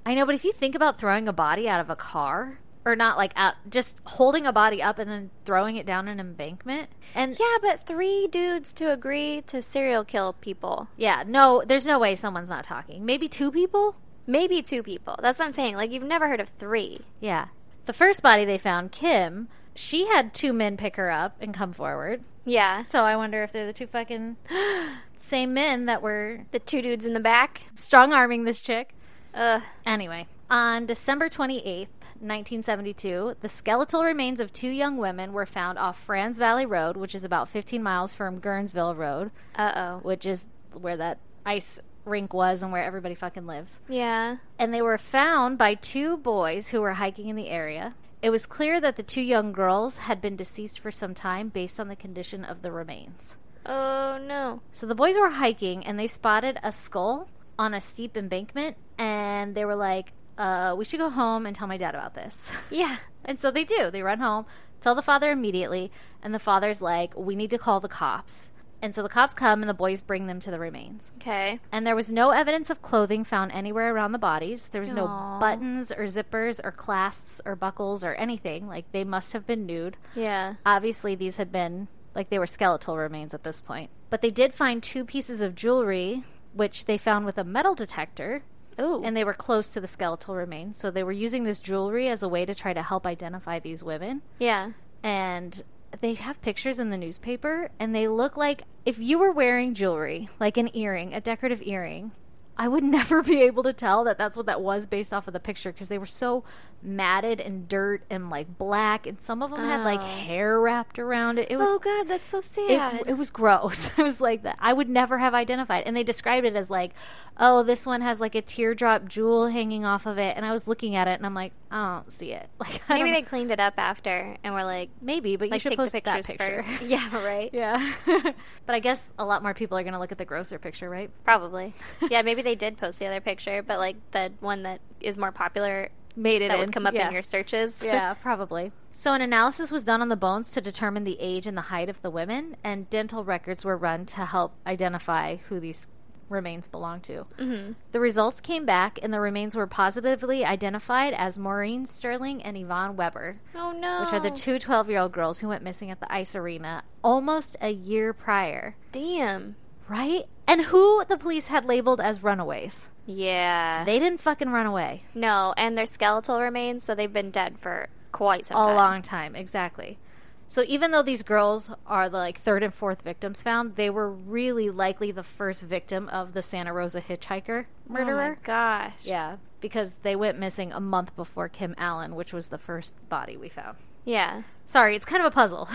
S1: I know, but if you think about throwing a body out of a car, or not like out, just holding a body up and then throwing it down an embankment, and yeah,
S3: Yeah, but three dudes to agree to serial kill people.
S1: no, there's no way someone's not talking. Maybe two people.
S3: Maybe two people. That's what I'm saying. Like, you've never heard of three.
S1: Yeah, the first body they found, Kim, she had two men pick her up and come forward.
S3: Yeah.
S1: So I wonder if they're the two fucking same men that were
S3: The two dudes in the back.
S1: strong arming this chick.
S3: Ugh.
S1: Anyway, on December 28th, 1972, the skeletal remains of two young women were found off Franz Valley Road, which is about 15 miles from Guernsville Road,
S3: Uh oh.
S1: which is where that ice rink was and where everybody fucking lives.
S3: Yeah.
S1: And they were found by two boys who were hiking in the area. It was clear that the two young girls had been deceased for some time based on the condition of the remains.
S3: Oh no.
S1: So the boys were hiking and they spotted a skull on a steep embankment and they were like, uh, we should go home and tell my dad about this.
S3: Yeah.
S1: and so they do. They run home, tell the father immediately, and the father's like, we need to call the cops. And so the cops come and the boys bring them to the remains.
S3: Okay.
S1: And there was no evidence of clothing found anywhere around the bodies. There was no
S3: Aw.
S1: buttons or zippers or clasps or buckles or anything. Like they must have been nude
S3: Yeah.
S1: obviously these had been like they were skeletal remains at this point but they did find two pieces of jewelry which they found with a metal detector
S3: Ooh.
S1: and they were close to the skeletal remains so they were using this jewelry as a way to try to help identify these women
S3: yeah.
S1: and they have pictures in the newspaper and they look like if you were wearing jewelry like an earring a decorative earring i would never be able to tell that that's what that was based off of the picture because they were so matted and dirt and like black and some of them had like
S3: Oh.
S1: hair wrapped around it it was
S3: Oh god, that's so sad.
S1: it, it was gross. I was like that. I would never have identified. And they described it as like, oh, this one has like a teardrop jewel hanging off of it. And I was looking at it and I'm like, I don't see it. Like I
S3: Maybe
S1: don't-
S3: they cleaned it up after and were like,
S1: Um, maybe, but you
S3: like
S1: should
S3: take
S1: post
S3: the pictures
S1: that picture.
S3: first. yeah, right.
S1: Yeah. but I guess a lot more people are going to look at the grosser picture, right?
S3: Probably. Yeah, maybe they did post the other picture, but like the one that is more popular
S1: Made it
S3: that would come up
S1: yeah.
S3: in your searches.
S1: yeah, probably. So an analysis was done on the bones to determine the age and the height of the women, and dental records were run to help identify who these remains belong to. Mm-hmm. The results came back, and the remains were positively identified as Maureen Sterling and Yvonne Weber,
S3: oh no.
S1: which are the two 12 year old girls who went missing at the ice arena almost a year prior.
S3: Damn.
S1: Right? And who the police had labeled as runaways.
S3: Yeah.
S1: They didn't fucking run away.
S3: no, and their skeletal remains, so they've been dead for quite some
S1: a
S3: time.
S1: long time exactly so even though these girls are the like third and fourth victims found they were really likely the first victim of the santa rosa hitchhiker
S3: Oh
S1: murderer
S3: my gosh.
S1: yeah because they went missing a month before kim allen which was the first body we found
S3: Yeah.
S1: sorry it's kind of a puzzle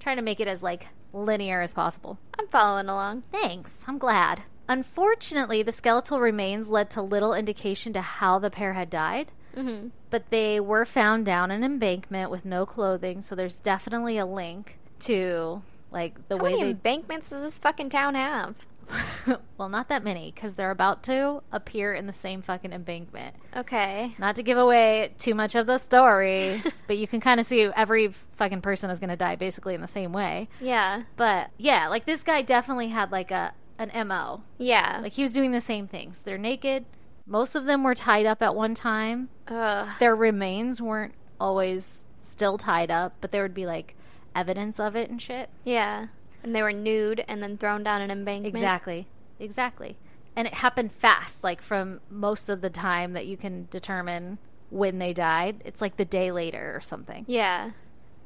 S1: trying to make it as like linear as possible
S3: I'm following along.
S1: thanks i'm glad unfortunately the skeletal remains led to little indication to how the pair had died
S3: Mm-hmm.
S1: but they were found down an embankment with no clothing, so there's definitely a link to like the
S3: How
S1: way
S3: many
S1: they
S3: embankments does this fucking town have?
S1: well, not that many cuz they're about to appear in the same fucking embankment.
S3: Okay.
S1: Not to give away too much of the story, but you can kind of see every fucking person is going to die basically in the same way.
S3: Yeah.
S1: But yeah, like this guy definitely had like a an MO.
S3: Yeah.
S1: Like he was doing the same things. They're naked. Most of them were tied up at one time.
S3: Ugh.
S1: their remains weren't always still tied up, but there would be like evidence of it and shit.
S3: Yeah. And they were nude and then thrown down an embankment.
S1: Exactly. Exactly. And it happened fast, like from most of the time that you can determine when they died. It's like the day later or something.
S3: Yeah.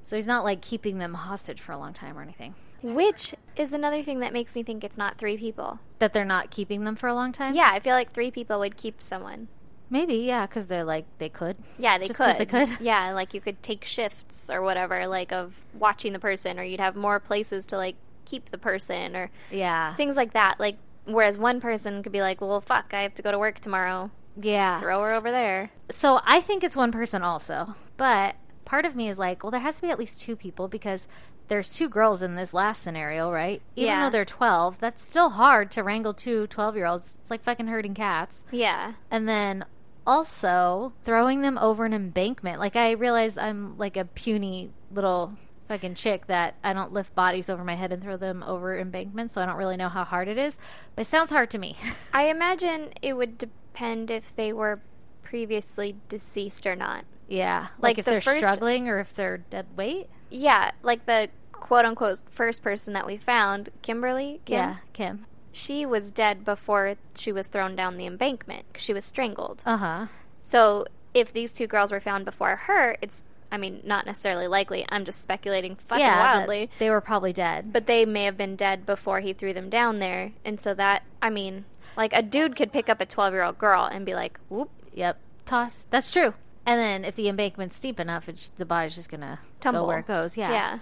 S1: So he's not like keeping them hostage for a long time or anything.
S3: Which is another thing that makes me think it's not three people.
S1: That they're not keeping them for a long time?
S3: Yeah, I feel like three people would keep someone.
S1: Maybe, yeah, because they're like, they could.
S3: Yeah, they
S1: Just 'cause
S3: could.
S1: they could?
S3: Yeah, like you could take shifts or whatever, like of watching the person, or you'd have more places to like keep the person or
S1: Yeah.
S3: things like that. Like whereas one person could be like, "Well, fuck, I have to go to work tomorrow.
S1: Yeah.
S3: Throw her over there."
S1: So I think it's one person also. But part of me is like, well, there has to be at least two people because there's two girls in this last scenario, right? Even
S3: Yeah.
S1: though they're 12, that's still hard to wrangle two 12 year olds. It's like fucking herding cats.
S3: Yeah,
S1: And then also throwing them over an embankment. Like, I realize I'm like a puny little fucking chick that I don't lift bodies over my head and throw them over embankments. So I don't really know how hard it is. But it sounds hard to me.
S3: I imagine it would depend if they were previously deceased or not.
S1: yeah. Like,
S3: Like
S1: if
S3: the
S1: they're
S3: first-
S1: struggling or if they're dead weight.
S3: Yeah, like the quote unquote first person that we found, Kimberly. Kim,
S1: Yeah, Kim.
S3: She was dead before she was thrown down the embankment. 'cause She was strangled.
S1: Uh huh.
S3: So if these two girls were found before her, it's I mean not necessarily likely. I'm just speculating fucking
S1: that
S3: wildly.
S1: They were probably dead.
S3: But they may have been dead before he threw them down there, and so that I mean, like a dude could pick up a 12 year old girl and be like, "Whoop,
S1: Yep. Toss. That's true. And then if the embankment's steep enough, it's, the body's just gonna
S3: tumble
S1: go where it goes. Yeah.
S3: yeah,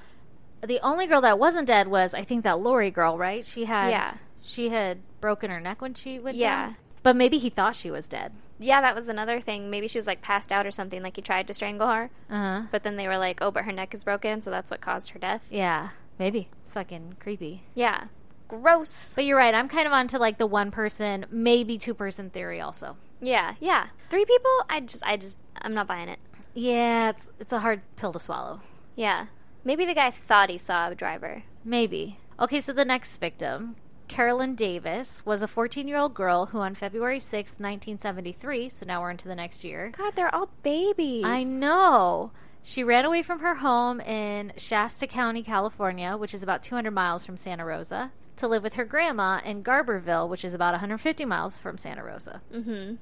S1: The only girl that wasn't dead was I think that Lori girl, right? She had.
S3: Yeah.
S1: She had broken her neck when she went
S3: Yeah.
S1: down. But maybe he thought she was dead.
S3: Yeah, That was another thing. Maybe she was like passed out or something. Like he tried to strangle her,
S1: Uh huh.
S3: but then they were like, "Oh, but her neck is broken, so that's what caused her death."
S1: Yeah. Maybe. It's fucking creepy.
S3: Yeah, gross.
S1: But you're right. I'm kind of onto like the one person, maybe two person theory also.
S3: Yeah, yeah. Three people? I just, I just, I'm not buying it.
S1: Yeah, it's it's a hard pill to swallow.
S3: Yeah. Maybe the guy thought he saw a driver.
S1: Maybe. Okay, so the next victim, Carolyn Davis, was a 14 year old girl who on February sixth, 1973, so now we're into the next year.
S3: God, they're all babies.
S1: I know. She ran away from her home in Shasta County, California, which is about 200 miles from Santa Rosa, to live with her grandma in Garberville, which is about 150 miles from Santa Rosa.
S3: Mm-hmm.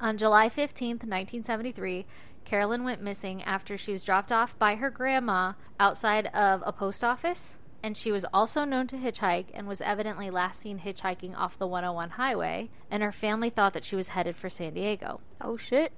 S1: On July 15th, 1973, Carolyn went missing after she was dropped off by her grandma outside of a post office. And she was also known to hitchhike and was evidently last seen hitchhiking off the 101 highway. And her family thought that she was headed for San Diego.
S3: Oh shit.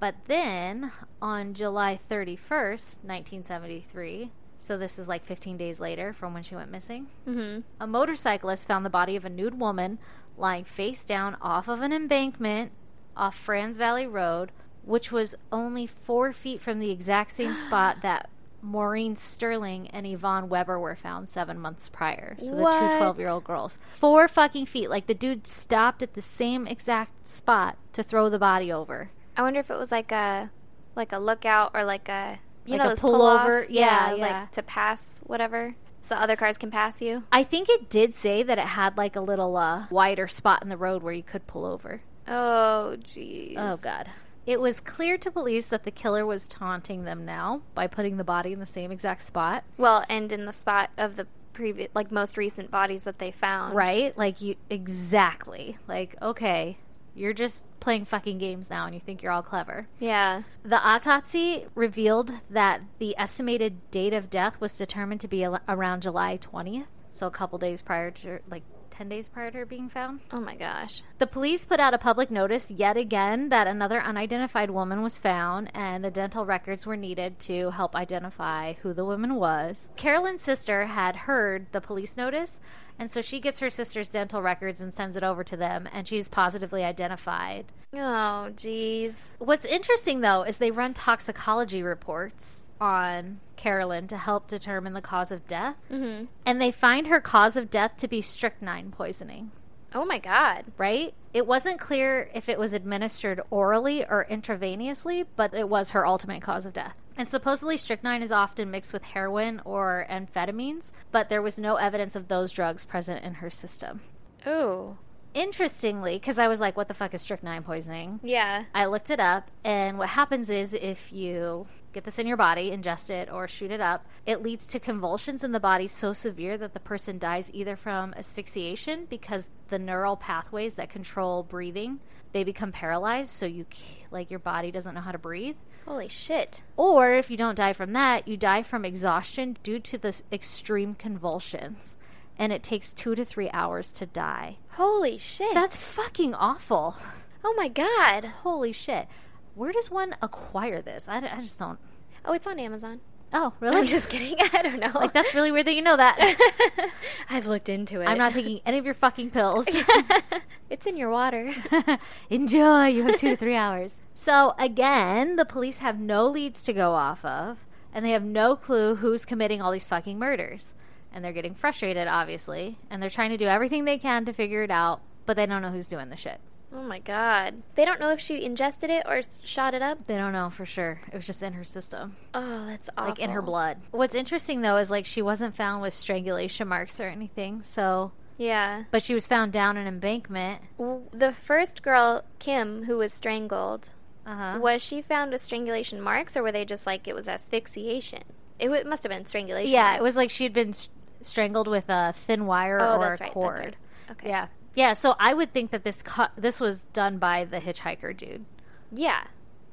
S1: But then on July 31st, 1973, so this is like 15 days later from when she went missing,
S3: Mm-hmm.
S1: a motorcyclist found the body of a nude woman lying face down off of an embankment off Franz Valley Road, which was only four feet from the exact same spot that Maureen Sterling and Yvonne Weber were found seven months prior. So the two
S3: What?
S1: 12 year old girls. Four fucking feet. Like the dude stopped at the same exact spot to throw the body over.
S3: I wonder if it was like a, like a lookout or like a, you
S1: Like
S3: know,
S1: a
S3: those pull-off?
S1: pullover? Yeah, yeah.
S3: like to pass whatever, so other cars can pass you.
S1: I think it did say that it had like a little uh, wider spot in the road where you could pull over.
S3: Oh jeez.
S1: Oh god. It was clear to police that the killer was taunting them now by putting the body in the same exact spot.
S3: Well, and in the spot of the previous, like most recent bodies that they found.
S1: right? Like you exactly. Like okay, you're just playing fucking games now and you think you're all clever.
S3: Yeah.
S1: The autopsy revealed that the estimated date of death was determined to be al- around July 20th, so a couple days prior to like 10 days prior to her being found.
S3: Oh my gosh.
S1: The police put out a public notice yet again that another unidentified woman was found, and the dental records were needed to help identify who the woman was. Carolyn's sister had heard the police notice, and so she gets her sister's dental records and sends it over to them, and she's positively identified.
S3: Oh jeez.
S1: What's interesting, though, is they run toxicology reports on Carolyn to help determine the cause of death, mm-hmm. and they find her cause of death to be strychnine poisoning
S3: Oh my god.
S1: right? It wasn't clear if it was administered orally or intravenously, but it was her ultimate cause of death. And supposedly, strychnine is often mixed with heroin or amphetamines, but there was no evidence of those drugs present in her system.
S3: Ooh.
S1: Interestingly, because I was like, what the fuck is strychnine poisoning?
S3: Yeah.
S1: I looked it up, and what happens is if you get this in your body, ingest it, or shoot it up, it leads to convulsions in the body so severe that the person dies either from asphyxiation because the neural pathways that control breathing they become paralyzed, so you c- like your body doesn't know how to breathe.
S3: Holy shit.
S1: Or if you don't die from that, you die from exhaustion due to the s- extreme convulsions, and it takes two to three hours to die.
S3: Holy shit.
S1: That's fucking awful.
S3: oh my god.
S1: Holy shit. Where does one acquire this? I, I just don't.
S3: Oh, it's on Amazon.
S1: Oh, really?
S3: I'm just kidding. I don't know.
S1: like, that's really weird that you know that.
S3: I've looked into it.
S1: I'm not taking any of your fucking pills.
S3: it's in your water.
S1: Enjoy. You have two to three hours. So, again, the police have no leads to go off of, and they have no clue who's committing all these fucking murders. And they're getting frustrated, obviously, and they're trying to do everything they can to figure it out, but they don't know who's doing the shit.
S3: Oh my god. They don't know if she ingested it or s- shot it up.
S1: They don't know for sure. It was just in her system.
S3: Oh, that's awful.
S1: like in her blood. What's interesting though is like she wasn't found with strangulation marks or anything. So,
S3: Yeah.
S1: but she was found down an embankment.
S3: W- The first girl, Kim, who was strangled,
S1: Uh-huh.
S3: was she found with strangulation marks or were they just like it was asphyxiation? It w- must have been strangulation.
S1: Yeah, it was like she'd been s strangled with a thin wire
S3: Oh,
S1: or
S3: that's
S1: a
S3: right.
S1: cord.
S3: That's right. Okay.
S1: Yeah. Yeah, so I would think that this co- this was done by the hitchhiker dude
S3: Yeah.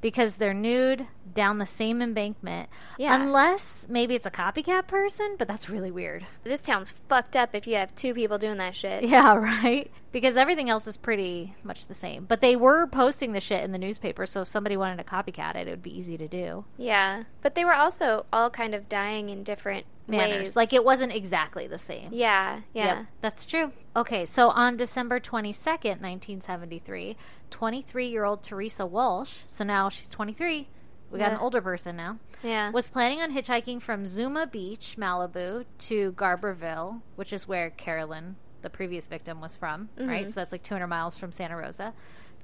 S1: because they're nude down the same embankment.
S3: Yeah.
S1: Unless maybe it's a copycat person, but that's really weird.
S3: This town's fucked up if you have two people doing that shit.
S1: Yeah, right. Because everything else is pretty much the same. But they were posting the shit in the newspaper, so if somebody wanted to copycat it, it would be easy to do.
S3: Yeah. But they were also all kind of dying in different
S1: Manners.
S3: ways.
S1: Like it wasn't exactly the same.
S3: Yeah, yeah.
S1: Yep, that's true. Okay, so on December 22nd, 1973, 23 year old Teresa Walsh, so now she's 23, we got an
S3: Yeah.
S1: older person now,
S3: Yeah.
S1: was planning on hitchhiking from Zuma Beach, Malibu, to Garberville, which is where Carolyn, the previous victim, was from,
S3: Mm-hmm.
S1: right? So that's like 200 miles from Santa Rosa,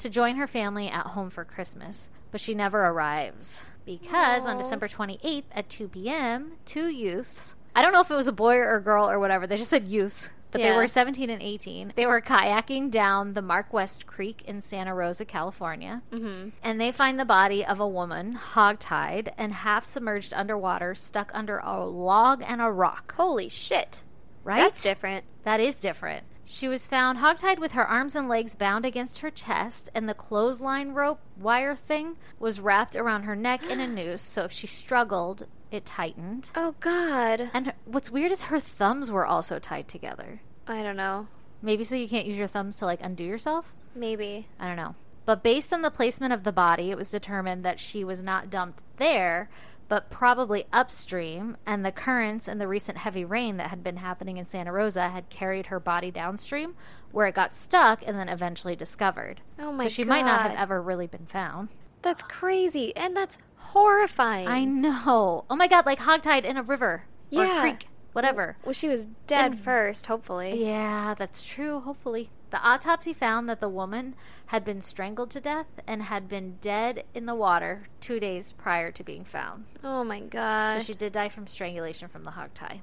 S1: to join her family at home for Christmas. But she never arrives because on
S3: Aw.
S1: December 28th at 2 p.m., two youths, I don't know if it was a boy or a girl or whatever, they just said youths. But they
S3: Yeah.
S1: were 17 and 18. They were kayaking down the Mark West Creek in Santa Rosa, California
S3: Mm-hmm.
S1: and they find the body of a woman hogtied and half submerged underwater, stuck under a log and a rock.
S3: Holy shit.
S1: Right?
S3: That's different.
S1: That is different. She was found hogtied with her arms and legs bound against her chest, and the clothesline rope wire thing was wrapped around her neck in a noose. So if she struggled, it tightened.
S3: Oh god.
S1: And her, what's weird is her thumbs were also tied together.
S3: I don't know.
S1: Maybe so you can't use your thumbs to like undo yourself?
S3: Maybe.
S1: I don't know. But based on the placement of the body, it was determined that she was not dumped there, but probably upstream, and the currents and the recent heavy rain that had been happening in Santa Rosa had carried her body downstream, where it got stuck and then eventually discovered.
S3: Oh my
S1: So she might not have
S3: God.
S1: ever really been found.
S3: That's crazy. And that's horrifying.
S1: I know. Oh my god, like hogtied in a river or
S3: Yeah.
S1: a creek, whatever.
S3: Well, she was dead first, hopefully.
S1: Yeah, that's true, hopefully. The autopsy found that the woman had been strangled to death and had been dead in the water two days prior to being found.
S3: Oh my
S1: So
S3: gosh.
S1: she did die from strangulation from the hog tie.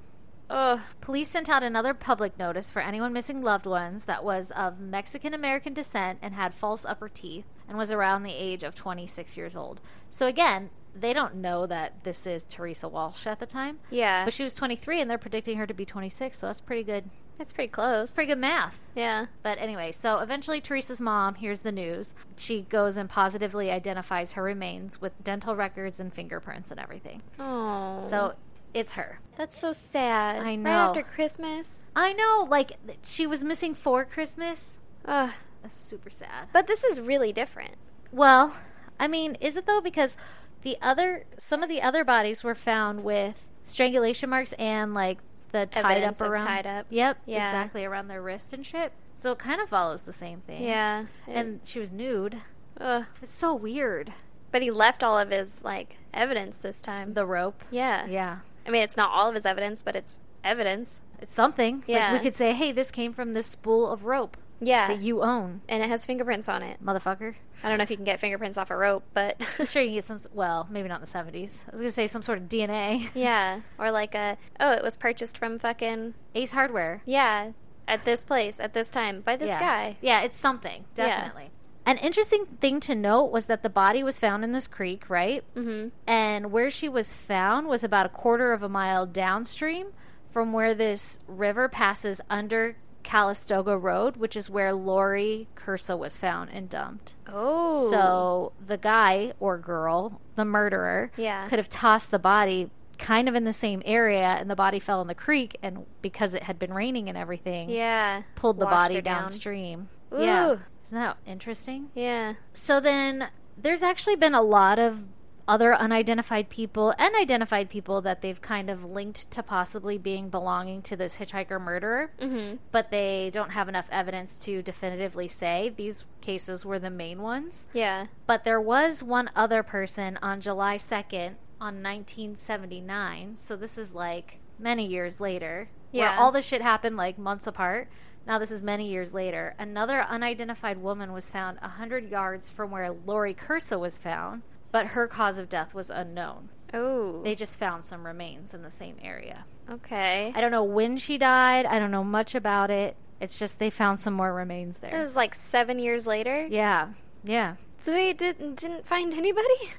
S3: Ugh.
S1: Police sent out another public notice for anyone missing loved ones that was of Mexican American descent and had false upper teeth, and was around the age of 26 years old. So again, they don't know that this is Teresa Walsh at the time.
S3: Yeah.
S1: But she was 23 and they're predicting her to be 26, so that's pretty good.
S3: That's pretty close.
S1: Pretty good math.
S3: yeah.
S1: But anyway, so eventually Teresa's mom hears the news. She goes and positively identifies her remains with dental records and fingerprints and everything.
S3: Oh.
S1: So it's her.
S3: that's so sad.
S1: I know.
S3: Right after Christmas.
S1: I know, like th- she was missing for Christmas.
S3: Ugh.
S1: That's super sad.
S3: But this is really different.
S1: Well, I mean, is it though? Because the other, some of the other bodies were found with strangulation marks and like the tied
S3: Evidence
S1: up
S3: of
S1: around.
S3: tied up.
S1: Yep,
S3: Yeah.
S1: exactly around their wrists and shit. So it kind of follows the same thing.
S3: Yeah.
S1: and she was nude. It
S3: Ugh.
S1: was so weird.
S3: But he left all of his like evidence this time.
S1: The rope.
S3: yeah.
S1: Yeah.
S3: I mean, it's not all of his evidence, but it's evidence.
S1: It's something.
S3: Yeah.
S1: Like we could say, hey, this came from this spool of rope
S3: Yeah.
S1: that you own,
S3: and it has fingerprints on it.
S1: motherfucker.
S3: I don't know if you can get fingerprints off a rope, but
S1: I'm sure you can get some, s- well, maybe not in the 70s. I was going to say some sort of DNA.
S3: yeah, or like a oh, it was purchased from fucking
S1: Ace Hardware.
S3: yeah, at this place at this time by this
S1: yeah.
S3: guy.
S1: Yeah, it's something,
S3: Yeah.
S1: definitely. An interesting thing to note was that the body was found in this creek, right?
S3: Mm-hmm.
S1: And where she was found was about a quarter of a mile downstream from where this river passes under Calistoga Road, which is where Lori Cursa was found and dumped.
S3: Oh,
S1: So the guy or girl, the murderer,
S3: Yeah.
S1: could have tossed the body kind of in the same area and the body fell in the creek and because it had been raining and everything,
S3: yeah,
S1: pulled the
S3: Washed
S1: body
S3: her down.
S1: downstream.
S3: Ooh.
S1: Yeah. Isn't that interesting?
S3: Yeah,
S1: So then there's actually been a lot of other unidentified people and identified people that they've kind of linked to possibly being belonging to this hitchhiker murderer,
S3: mm-hmm.
S1: but they don't have enough evidence to definitively say these cases were the main ones.
S3: yeah.
S1: But there was one other person on July 2nd on 1979. So this is like many years later.
S3: Yeah.
S1: Where all this shit happened like months apart. Now this is many years later. Another unidentified woman was found 100 yards from where Lori Cursa was found, but her cause of death was unknown.
S3: Oh,
S1: They just found some remains in the same area.
S3: okay.
S1: I don't know when she died. I don't know much about it. It's just they found some more remains there.
S3: This is like seven years later.
S1: Yeah. Yeah.
S3: So they didn't didn't find anybody.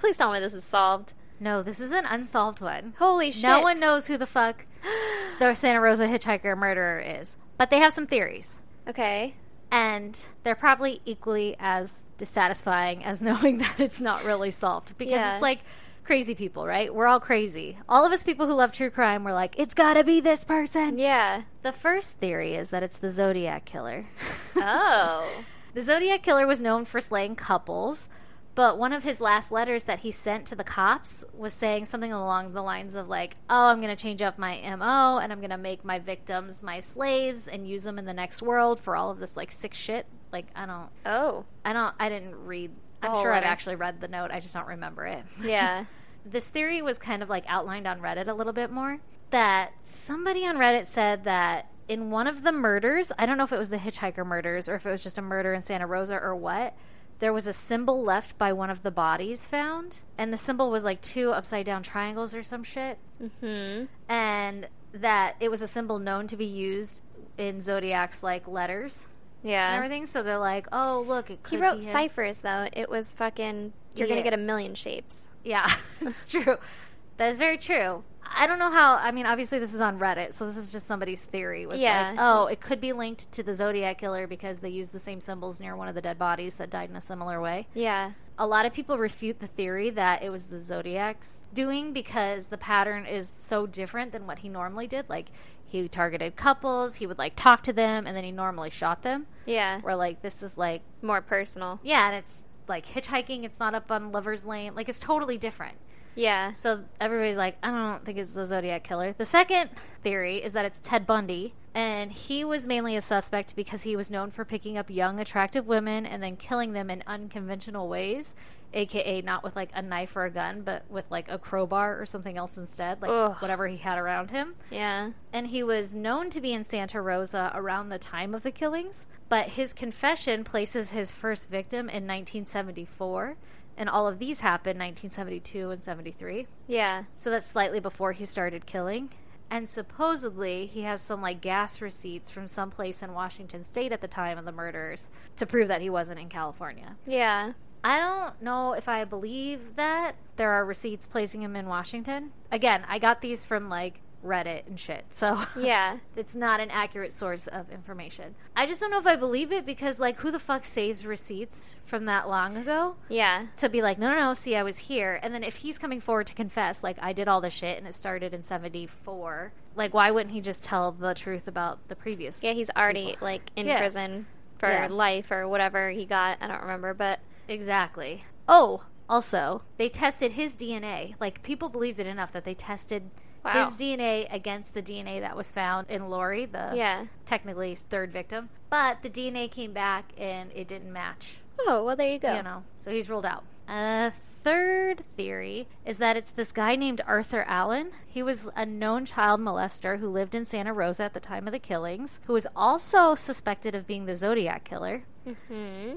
S3: Please tell me this is solved.
S1: No, this is an unsolved one.
S3: Holy shit!
S1: No one knows who the fuck the Santa Rosa hitchhiker murderer is, but they have some theories,
S3: Okay.
S1: and they're probably equally as dissatisfying as knowing that it's not really solved because
S3: Yeah.
S1: it's like crazy people, right? We're all crazy. All of us people who love true crime, we're like, it's got to be this person.
S3: Yeah.
S1: The first theory is that it's the Zodiac killer.
S3: Oh.
S1: The Zodiac Killer was known for slaying couples, but one of his last letters that he sent to the cops was saying something along the lines of, like, oh, I'm going to change up my MO and I'm going to make my victims my slaves and use them in the next world for all of this, like, sick shit. Like, I don't,
S3: oh.
S1: I don't, I didn't read. I'm
S3: Oh,
S1: sure I've
S3: letter.
S1: actually read the note. I just don't remember it.
S3: Yeah.
S1: this theory was kind of like outlined on Reddit a little bit more. That somebody on Reddit said that in one of the murders, I don't know if it was the hitchhiker murders or if it was just a murder in Santa Rosa or what, there was a symbol left by one of the bodies found. And the symbol was like two upside down triangles or some shit.
S3: hmm.
S1: And that it was a symbol known to be used in zodiacs like letters
S3: Yeah.
S1: and everything. So they're like, oh, look, it could
S3: He wrote
S1: be him.
S3: ciphers though. It was fucking. You're gonna
S1: Yeah.
S3: get a million shapes.
S1: Yeah, it's true. That is very true. I don't know how. I mean, obviously, this is on Reddit, so this is just somebody's theory. Was
S3: Yeah.
S1: like, oh, it could be linked to the Zodiac killer because they used the same symbols near one of the dead bodies that died in a similar way.
S3: Yeah.
S1: A lot of people refute the theory that it was the Zodiac's doing because the pattern is so different than what he normally did. Like, he targeted couples, he would like talk to them, and then he normally shot them.
S3: Yeah.
S1: Or like, this is like,
S3: More personal.
S1: yeah, and it's like hitchhiking. It's not up on Lover's Lane. Like, it's totally different.
S3: Yeah.
S1: So everybody's like, I don't think it's the Zodiac killer. The second theory is that it's Ted Bundy, and he was mainly a suspect because he was known for picking up young, attractive women and then killing them in unconventional ways, aka not with like a knife or a gun, but with like a crowbar or something else instead, like
S3: Ugh.
S1: whatever he had around him.
S3: Yeah.
S1: And he was known to be in Santa Rosa around the time of the killings, but his confession places his first victim in 1974, and all of these happened 1972 and 73.
S3: Yeah.
S1: So that's slightly before he started killing. And supposedly, he has some like gas receipts from someplace in Washington state at the time of the murders to prove that he wasn't in California.
S3: Yeah.
S1: I don't know if I believe that there are receipts placing him in Washington. Again, I got these from like Reddit and shit. So
S3: Yeah.
S1: it's not an accurate source of information. I just don't know if I believe it because like who the fuck saves receipts from that long ago?
S3: Yeah.
S1: to be like, no, no, no, see, I was here. And then if he's coming forward to confess, like, I did all this shit and it started in 74, like, why wouldn't he just tell the truth about the previous?
S3: Yeah, he's already like in
S1: Yeah.
S3: prison for
S1: Yeah.
S3: life or whatever he got. I don't remember, but
S1: Exactly. Oh, also, they tested his DNA. Like, people believed it enough that they tested
S3: Wow.
S1: his DNA against the DNA that was found in Lori, the
S3: yeah.
S1: technically third victim. But the DNA came back and it didn't match.
S3: Oh, well, there you go.
S1: You know, so he's ruled out. A third theory is that it's this guy named Arthur Allen. He was a known child molester who lived in Santa Rosa at the time of the killings, who was also suspected of being the Zodiac killer.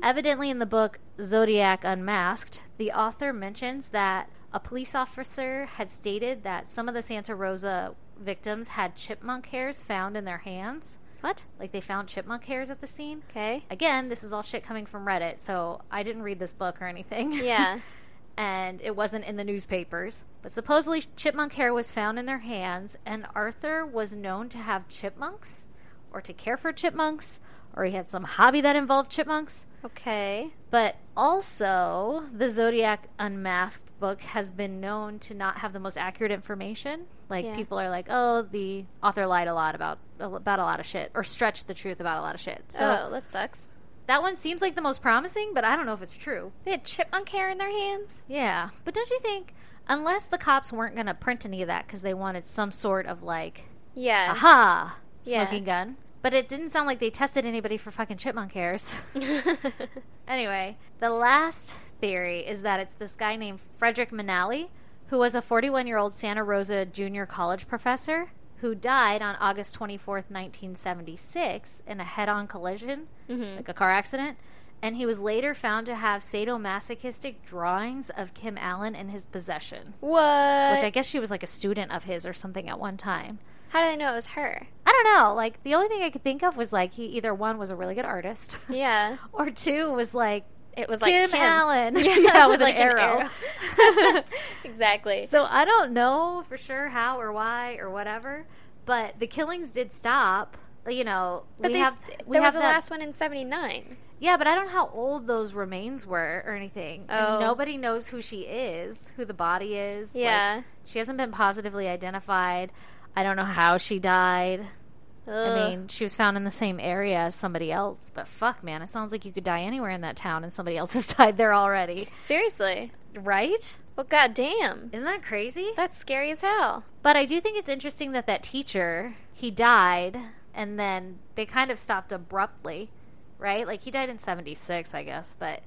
S1: Evidently, in the book Zodiac Unmasked, the author mentions that a police officer had stated that some of the Santa Rosa victims had chipmunk hairs found in their hands.
S3: What?
S1: Like they found chipmunk hairs at the scene
S3: Okay.
S1: again, this is all shit coming from Reddit, so I didn't read this book or anything.
S3: Yeah.
S1: and it wasn't in the newspapers. But supposedly, chipmunk hair was found in their hands, and Arthur was known to have chipmunks or to care for chipmunks, or he had some hobby that involved chipmunks.
S3: Okay.
S1: But also, the Zodiac Unmasked book has been known to not have the most accurate information. Like
S3: Yeah.
S1: people are like, "Oh, the author lied a lot about about a lot of shit, or stretched the truth about a lot of shit." So
S3: oh, that sucks.
S1: that one seems like the most promising, but I don't know if it's true.
S3: They had chipmunk hair in their hands.
S1: Yeah. But don't you think, unless the cops weren't going to print any of that because they wanted some sort of like,
S3: Yeah.
S1: aha,
S3: Yeah.
S1: smoking gun. But it didn't sound like they tested anybody for fucking chipmunk hairs. Uh-huh. anyway, the last theory is that it's this guy named Frederick Manali, who was a 41 year old Santa Rosa junior college professor who died on August 24th, 1976, in a head on collision, like a car accident. And he was later found to have sadomasochistic drawings of Kim Allen in his possession,
S3: what?
S1: which I guess she was like a student of his or something at one time.
S3: How did I know it was her?
S1: I don't know. Like the only thing I could think of was like he either one was a really good artist,
S3: Yeah.
S1: or two was like
S3: It was
S1: Kim,
S3: like Kim.
S1: Allen, yeah, with
S3: like
S1: an arrow.
S3: arrow. exactly.
S1: so I don't know for sure how or why or whatever, but the killings did stop. You know,
S3: but
S1: we
S3: they,
S1: have
S3: there
S1: we have
S3: was the
S1: that-
S3: last one in '79.
S1: Yeah, but I don't know how old those remains were or anything. And
S3: Oh.
S1: nobody knows who she is, who the body is. Like,
S3: Yeah.
S1: she hasn't been positively identified. I don't know how she died. I mean, she was found in the same area as somebody else, but fuck, man, it sounds like you could die anywhere in that town and somebody else has died there already.
S3: seriously.
S1: Right?
S3: Well, goddamn,
S1: Isn't that crazy?
S3: that's scary as hell.
S1: But I do think it's interesting that that teacher, he died and then they kind of stopped abruptly, right? Like he died in 76, I guess, but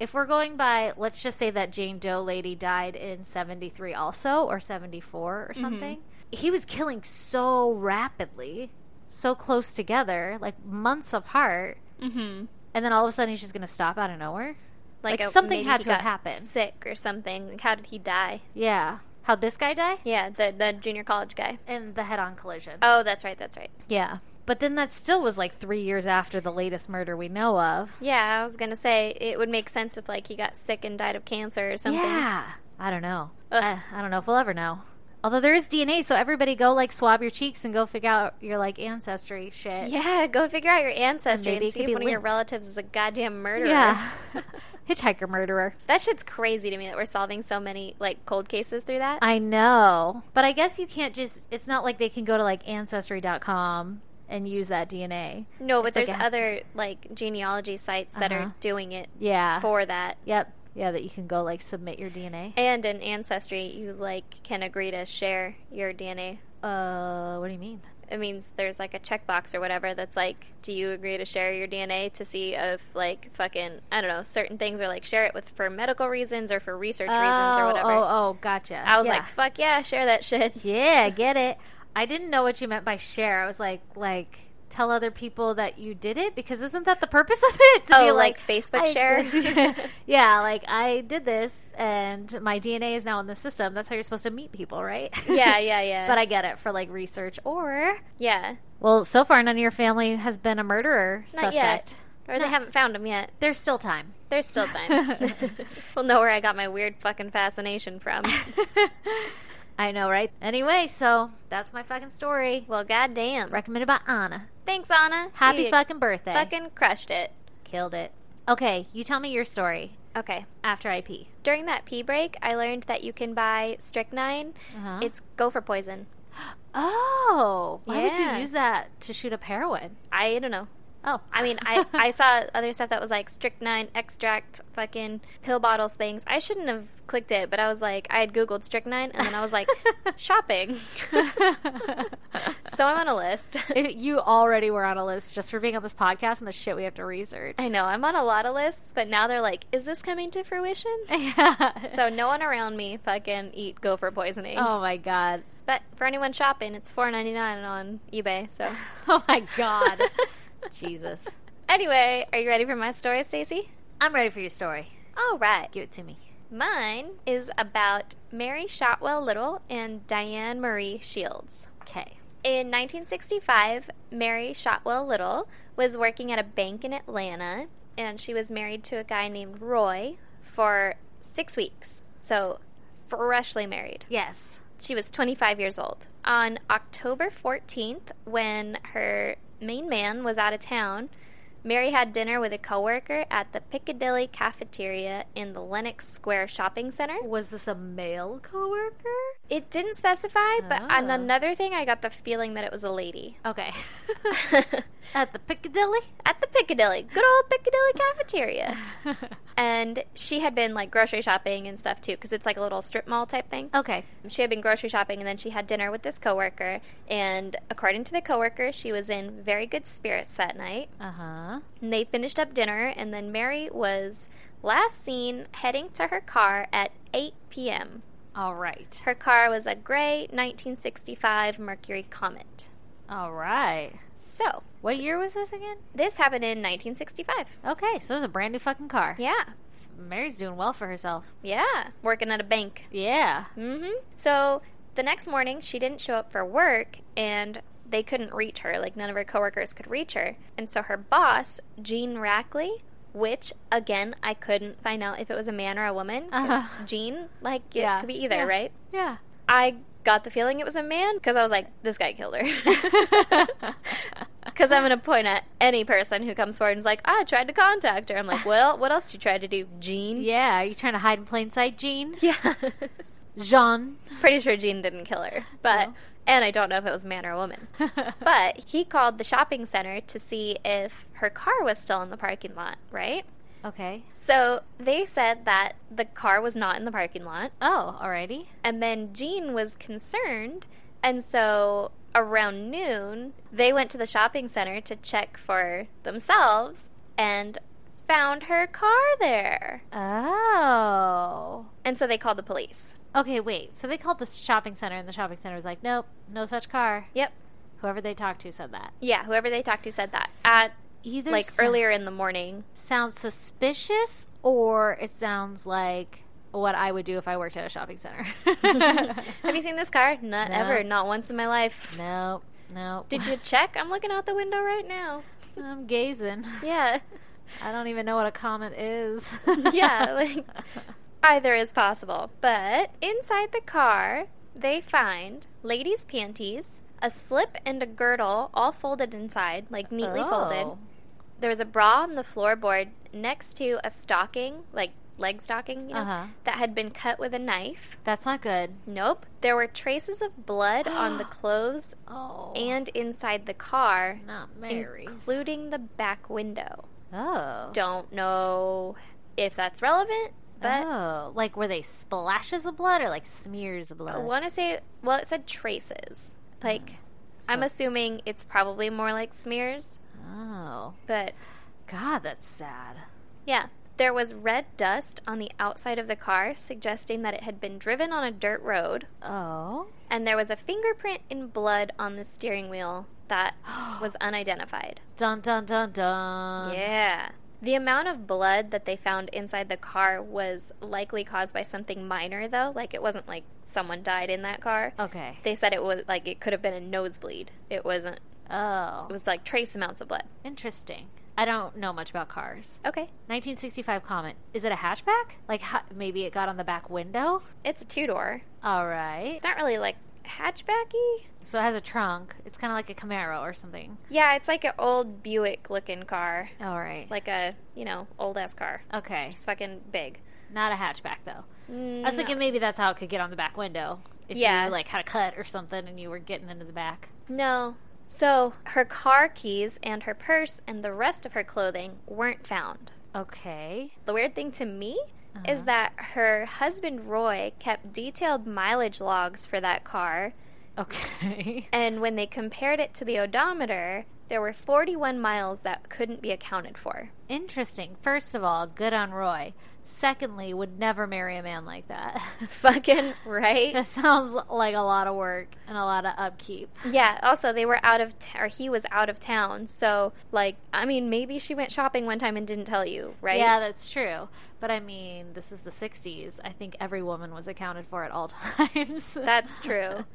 S1: if we're going by let's just say that Jane Doe lady died in 73 also or 74 or something. He was killing so rapidly, so close together, like months apart.
S3: Mm-hmm.
S1: And then all of a sudden he's just going to stop out of nowhere. Like,
S3: oh,
S1: something
S3: maybe
S1: had
S3: he
S1: to have
S3: got
S1: happened.
S3: Sick or something. Like, how did he die?
S1: Yeah. How'd this guy die?
S3: Yeah, the the junior college guy.
S1: In the head on collision.
S3: Oh, that's right. That's right.
S1: Yeah. But then that still was like three years after the latest murder we know of.
S3: Yeah, I was gonna say it would make sense if like he got sick and died of cancer or something.
S1: Yeah. Uh, I don't know.
S3: Ugh.
S1: I, I don't know if we'll ever know. Although there is DNA, so everybody go like swab your cheeks and go figure out your like ancestry shit.
S3: Yeah, go figure out your ancestry
S1: Maybe
S3: and
S1: it
S3: see
S1: could
S3: if
S1: be
S3: one of your
S1: linked.
S3: relatives is a goddamn murderer.
S1: Yeah. Hitchhiker murderer.
S3: that shit's crazy to me that we're solving so many like cold cases through that.
S1: I know. But I guess you can't just, it's not like they can go to like ancestry.com and use that DNA.
S3: no, but
S1: It's like
S3: there's
S1: it has to-
S3: other like genealogy sites that
S1: Uh-huh. Uh.
S3: are doing it
S1: Yeah.
S3: for that.
S1: Yep. Yeah, that you can go like submit your DNA.
S3: And in ancestry, you like can agree to share your DNA.
S1: Uh, what do you mean?
S3: It means there's like a checkbox or whatever that's like, do you agree to share your DNA to see if like fucking I don't know certain things are like share it with for medical reasons or for research reasons or
S1: Oh,
S3: whatever.
S1: Oh, oh, gotcha.
S3: I was
S1: Yeah.
S3: like, fuck yeah, share that shit.
S1: Yeah, get it. I didn't know what you meant by share. I was like, like tell other people that you did it? Because isn't that the purpose of it? To
S3: Oh, like Facebook
S1: I
S3: share?
S1: exist- yeah, like I did this and my DNA is now in the system. That's how you're supposed to meet people, right?
S3: Yeah, yeah, yeah.
S1: but I get it for like research or
S3: yeah,
S1: well, so far none of your family has been a murderer
S3: not
S1: suspect.
S3: yet, or they haven't found him yet.
S1: There's still time.
S3: There's still time. we'll know where I got my weird fucking fascination from.
S1: I know, right? Anyway, so that's my fucking story.
S3: well, goddamn.
S1: Recommended by Anna.
S3: Thanks, Anna.
S1: Happy
S3: You
S1: fucking birthday.
S3: fucking crushed it.
S1: killed it. Okay, you tell me your story
S3: Okay.
S1: after I pee.
S3: During that pee break, I learned that you can buy strychnine.
S1: Uh-huh.
S3: It's gopher poison.
S1: Oh, why would you
S3: Yeah.
S1: use that to shoot up heroin?
S3: I don't know.
S1: Oh,
S3: I mean, I, I saw other stuff that was like strychnine extract, fucking pill bottles, things. I shouldn't have clicked it, but I was like, I had Googled strychnine and then I was like, shopping. so I'm on a list.
S1: you already were on a list just for being on this podcast and the shit we have to research.
S3: I know, I'm on a lot of lists, but now they're like, is this coming to fruition?
S1: yeah.
S3: So no one around me fucking eat gopher poisoning.
S1: oh my god.
S3: But for anyone shopping, it's four ninety nine on eBay. So
S1: Oh my god. Jesus.
S3: anyway, are you ready for my story, Stacy?
S1: I'm ready for your story.
S3: All right.
S1: Give it to me.
S3: Mine is about Mary Shotwell Little and Diane Marie Shields.
S1: Okay.
S3: In 1965, Mary Shotwell Little was working at a bank in Atlanta, and she was married to a guy named Roy for six weeks. So, freshly married.
S1: Yes.
S3: She was 25 years old. On October 14th, when her main man was out of town, Mary had dinner with a coworker at the Piccadilly Cafeteria in the Lenox Square Shopping Center.
S1: Was this a male coworker?
S3: It didn't specify, but on
S1: Oh.
S3: another thing, I got the feeling that it was a lady.
S1: Okay.
S3: at
S1: At the Piccadilly?
S3: the Piccadilly, good old Piccadilly Cafeteria. And she had been like grocery shopping and stuff too, because it's like a little strip mall type thing.
S1: okay.
S3: She had been grocery shopping and then she had dinner with this coworker. And according to the coworker, she was in very good spirits that night.
S1: Uh huh.
S3: And they finished up dinner, and then Mary was last seen heading to her car at 8 p.m.
S1: All right.
S3: Her car was a gray 1965 Mercury Comet.
S1: All right.
S3: So,
S1: What year was this again?
S3: this happened in 1965.
S1: Okay, so it was a brand new fucking car.
S3: Yeah,
S1: Mary's doing well for herself.
S3: yeah, working at a bank.
S1: Yeah.
S3: Mm-hmm. So the next morning, she didn't show up for work, and they couldn't reach her. Like none of her coworkers could reach her, and so her boss, Jean Rackley, which again I couldn't find out if it was a man or a woman. 'cause
S1: Uh-huh.
S3: Jean, like it
S1: Yeah.
S3: could be either,
S1: Yeah.
S3: right?
S1: Yeah.
S3: I got the feeling it was a man because I was like, this guy killed her. Because I'm going to point at any person who comes forward and is like, I tried to contact her. I'm like, well, what else did you try to do, Jean?
S1: yeah, are you trying to hide in plain sight, Jean?
S3: Yeah.
S1: Jean.
S3: Pretty sure Jean didn't kill her, but
S1: No.
S3: and I don't know if it was a man or a woman. But he called the shopping center to see if her car was still in the parking lot, right?
S1: okay.
S3: So they said that the car was not in the parking lot,
S1: Oh, alrighty.
S3: and then Jean was concerned, and so around noon, they went to the shopping center to check for themselves and found her car there.
S1: Oh.
S3: And so they called the police.
S1: Okay, wait. So they called the shopping center, and the shopping center was like, nope, no such car.
S3: Yep.
S1: Whoever they talked to said that.
S3: Yeah, whoever they talked to said that. At
S1: Either
S3: like
S1: so-
S3: earlier in the morning.
S1: sounds suspicious, or it sounds like what I would do if I worked at a shopping center.
S3: Have you seen this car? Not
S1: No.
S3: ever. Not once in my life.
S1: No, no.
S3: Did you check? I'm looking out the window right now.
S1: I'm gazing.
S3: Yeah.
S1: I don't even know what a comet is.
S3: Yeah, like- Either is possible. But inside the car, they find ladies' panties, a slip and a girdle all folded inside, like neatly folded.
S1: Oh.
S3: There was a bra on the floorboard next to a stocking, like leg stocking, you know,
S1: Uh-huh.
S3: that had been cut with a knife.
S1: That's not good.
S3: Nope. There were traces of blood on the clothes
S1: Oh,
S3: and inside the car,
S1: not Mary's.
S3: including the back window.
S1: oh,
S3: Don't know if that's relevant, but
S1: oh, like were they splashes of blood or like smears of
S3: I
S1: blood?
S3: want to say, well, it said traces. Like, I'm
S1: So-
S3: assuming it's probably more like smears,
S1: Oh,
S3: but
S1: God, that's sad.
S3: yeah. There was red dust on the outside of the car, suggesting that it had been driven on a dirt road,
S1: Oh,
S3: and there was a fingerprint in blood on the steering wheel that was unidentified.
S1: Dun dun dun dun.
S3: Yeah. The amount of blood that they found inside the car was likely caused by something minor, though. Like, it wasn't like someone died in that car.
S1: Okay.
S3: They said it was like it could have been a nosebleed. It wasn't,
S1: Oh,
S3: it was like trace amounts of blood.
S1: interesting. I don't know much about cars.
S3: Okay.
S1: 1965 Comet. Is it a hatchback? Like ha- maybe it got on the back window?
S3: It's a two door.
S1: All right.
S3: It's not really like hatchbacky.
S1: So it has a trunk. It's kind of like a Camaro or something.
S3: Yeah, it's like an old Buick looking car.
S1: All right. Like
S3: Like a, you know, old ass car.
S1: okay,
S3: It's fucking big.
S1: not a hatchback though. I was thinking maybe that's how it could get on the back window. If
S3: Yeah.
S1: you like had a cut or something and you were getting into the back.
S3: No. So her car keys and her purse and the rest of her clothing weren't found.
S1: Okay.
S3: The weird thing to me is that her husband Roy kept detailed mileage logs for that car,
S1: Okay.
S3: and when they compared it to the odometer, there were 41 miles that couldn't be accounted for.
S1: Interesting. First of all, good on Roy. Secondly, would never marry a man like that.
S3: Fucking right.
S1: that sounds like a lot of work and a lot of upkeep.
S3: Yeah, also they were out of t- or he was out of town. So like, I mean, maybe she went shopping one time and didn't tell you, right?
S1: Yeah, that's true. But I mean, this is the 60s. I think every woman was accounted for at all times.
S3: That's true.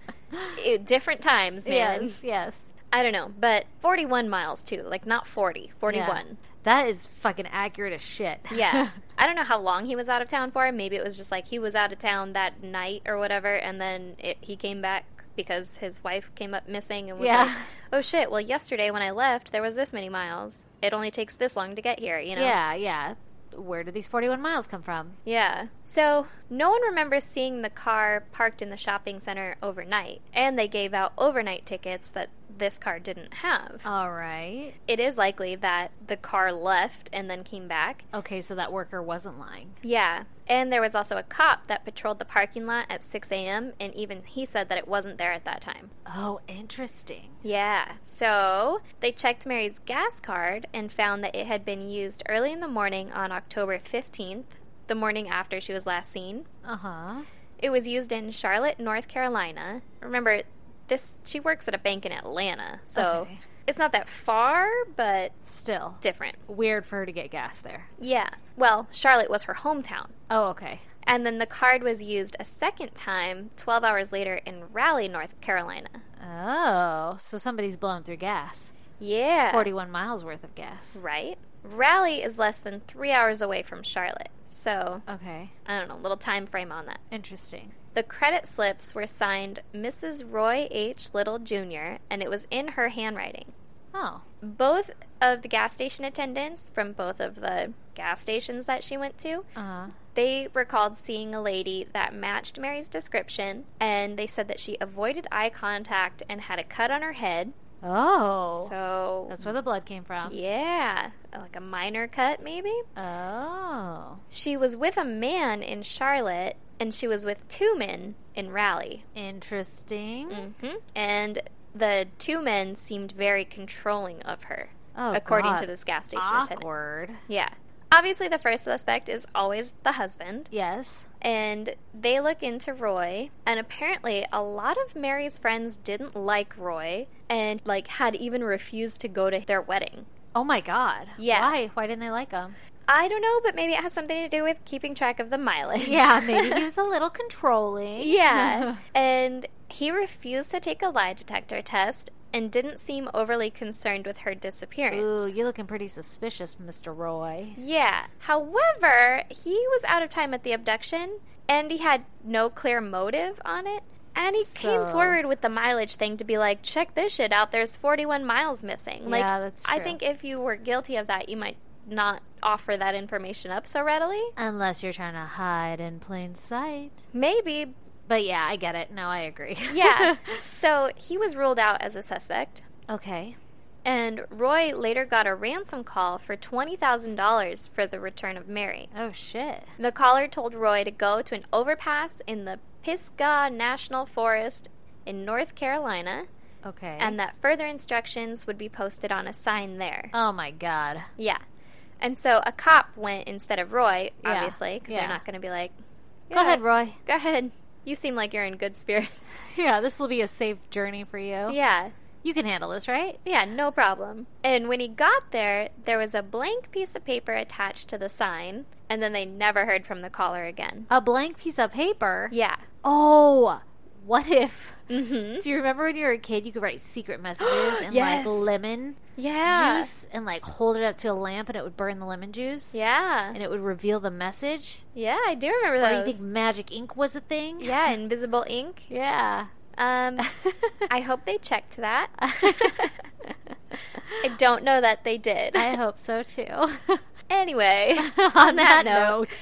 S3: Eh, different times, man.
S1: yes, yes.
S3: I don't know, but 41 miles too, like not 40,
S1: Yeah.
S3: 41.
S1: That is fucking accurate as shit.
S3: Yeah. I don't know how long he was out of town for. Maybe it was just like he was out of town that night or whatever, and then it, he came back because his wife came up missing and was
S1: Yeah.
S3: like, oh shit, well, yesterday when I left, there was this many miles. It only takes this long to get here, you know?
S1: yeah, yeah. Where did these 41 miles come from?
S3: Yeah. So no one remembers seeing the car parked in the shopping center overnight, and they gave out overnight tickets that this car didn't have.
S1: All right.
S3: It is likely that the car left and then came back.
S1: Okay, so that worker wasn't lying.
S3: Yeah. And there was also a cop that patrolled the parking lot at 6 a.m., and even he said that it wasn't there at that time.
S1: Oh, interesting.
S3: Yeah. So they checked Mary's gas card and found that it had been used early in the morning on October 15th, the morning after she was last seen.
S1: Uh huh.
S3: It was used in Charlotte, North Carolina. Remember, this she works at a bank in Atlanta, so
S1: Okay.
S3: it's not that far, but
S1: Still.
S3: different.
S1: Weird for her to get gas there.
S3: Yeah. Well, Charlotte was her hometown.
S1: Oh, okay.
S3: And then the card was used a second time 12 hours later in Raleigh, North Carolina.
S1: Oh, so somebody's blowing through gas.
S3: Yeah.
S1: 41 miles worth of gas.
S3: Right? Raleigh is less than three hours away from Charlotte. So,
S1: Okay,
S3: I don't know, little time frame on that.
S1: interesting.
S3: The credit slips were signed Mrs. Roy H. Little Jr., and it was in her handwriting.
S1: Oh,
S3: Both of the gas station attendants from both of the gas stations that she went to
S1: uh,
S3: They recalled seeing a lady that matched Mary's description, and they said that she avoided eye contact and had a cut on her head.
S1: oh,
S3: So,
S1: that's where the blood came from.
S3: yeah, like a minor cut, maybe.
S1: Oh,
S3: She was with a man in Charlotte, and she was with two men in Raleigh.
S1: interesting.
S3: hmm And the two men seemed very controlling of her,
S1: Oh,
S3: according
S1: God.
S3: to this gas station attendant.
S1: awkward.
S3: Yeah. Obviously, the first suspect is always the husband.
S1: Yes.
S3: and they look into Roy and apparently a lot of Mary's friends didn't like Roy and like had even refused to go to their wedding.
S1: Oh my God.
S3: Yeah.
S1: Why? Why didn't they like him?
S3: I don't know, but maybe it has something to do with keeping track of the mileage.
S1: Yeah, maybe he was a little controlling.
S3: yeah. And he refused to take a lie detector test and didn't seem overly concerned with her disappearance.
S1: Ooh, you're looking pretty suspicious, Mr. Roy.
S3: Yeah. However, he was out of time at the abduction and he had no clear motive on it. And he
S1: So-
S3: came forward with the mileage thing to be like, check this shit out. There's 41 miles missing. Like,
S1: Yeah, that's
S3: I
S1: true.
S3: think if you were guilty of that, you might not offer that information up so readily.
S1: Unless you're trying to hide in plain sight.
S3: Maybe.
S1: But yeah, I get it. No, I agree.
S3: Yeah. so he was ruled out as a suspect.
S1: okay.
S3: And Roy later got a ransom call for $20,000 for the return of Mary.
S1: Oh shit.
S3: The caller told Roy to go to an overpass in the Pisgah National Forest in North Carolina,
S1: Okay.
S3: and that further instructions would be posted on a sign there.
S1: oh my God.
S3: Yeah. And so a cop went instead of Roy,
S1: Yeah.
S3: obviously, because
S1: Yeah.
S3: they're not going to be like,
S1: Go
S3: "Yeah,
S1: ahead, Roy.
S3: Go ahead. You seem like you're in good spirits.
S1: Yeah, this will be a safe journey for you.
S3: yeah.
S1: You can handle this, right?
S3: Yeah, no problem. And when he got there, there was a blank piece of paper attached to the sign, and then they never heard from the caller again.
S1: A blank piece of paper.
S3: Yeah.
S1: Oh, what if?
S3: Mm-hmm.
S1: Do you remember when you were a kid, you could write secret messages and
S3: Yes.
S1: like lemon
S3: Yeah.
S1: juice and like hold it up to a lamp and it would burn the lemon juice?
S3: Yeah.
S1: And it would reveal the message?
S3: Yeah, I do remember
S1: Or you
S3: those.
S1: think magic ink was a thing?
S3: yeah, invisible ink.
S1: Yeah.
S3: Um, I hope they checked that. I don't know that they did.
S1: I hope so too.
S3: Anyway,
S1: On that note.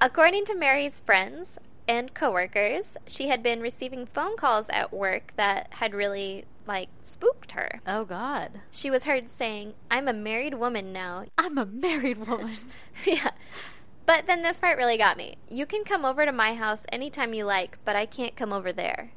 S3: According to Mary's friends and coworkers, she had been receiving phone calls at work that had really like spooked her.
S1: Oh, God.
S3: She was heard saying, "I'm a married woman now."
S1: I'm a married woman.
S3: yeah. But then this part really got me. You can come over to my house anytime you like, but I can't come over there.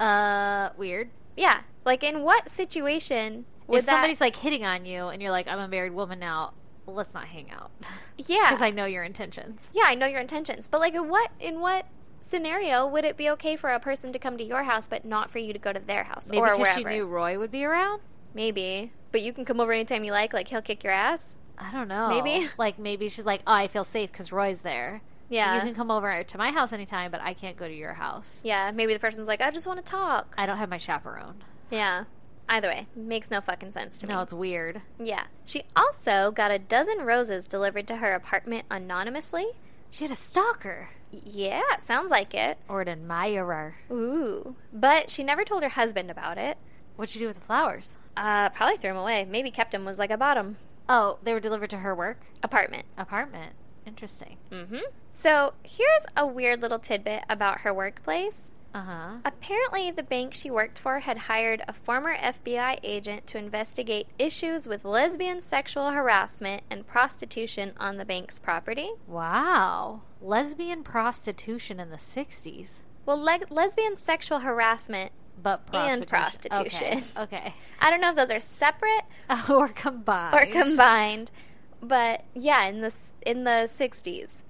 S1: uh, weird.
S3: Yeah. Like in what situation would
S1: If
S3: that
S1: somebody's like hitting on you and you're like, I'm a married woman now, let's not hang out.
S3: Yeah.
S1: Because I know your intentions.
S3: yeah, I know your intentions, but like in what in what scenario would it be okay for a person to come to your house but not for you to go to their house
S1: Maybe
S3: or
S1: because
S3: wherever?
S1: she knew Roy would be around?
S3: Maybe, but you can come over anytime you like. Like he'll kick your ass.
S1: I don't know.
S3: Maybe.
S1: Like, maybe she's like, oh, I feel safe because Roy's there. So
S3: Yeah.
S1: you can come over to my house anytime, but I can't go to your house.
S3: Yeah, maybe the person's like, I just want to talk.
S1: I don't have my chaperone.
S3: Yeah. Either way, makes no fucking sense to me.
S1: No, it's weird.
S3: Yeah. She also got a dozen roses delivered to her apartment anonymously.
S1: She had a stalker
S3: Y- Yeah, sounds like it.
S1: or an admirer.
S3: Ooh. But she never told her husband about it.
S1: What'd you do with the flowers?
S3: Uh, probably threw him away. Maybe kept him was like a bottom
S1: Oh, they were delivered to her work
S3: apartment.
S1: apartment. Interesting.
S3: Mm-hmm. So here's a weird little tidbit about her workplace.
S1: Uh huh.
S3: Apparently, the bank she worked for had hired a former FBI agent to investigate issues with lesbian sexual harassment and prostitution on the bank's property.
S1: Wow. Lesbian prostitution in the 60s.
S3: Well, le- lesbian sexual harassment,
S1: But prostitution.
S3: And prostitution.
S1: Okay.
S3: I don't know if those are separate
S1: okay. or combined.
S3: or combined, but yeah, in the s- in the 60s.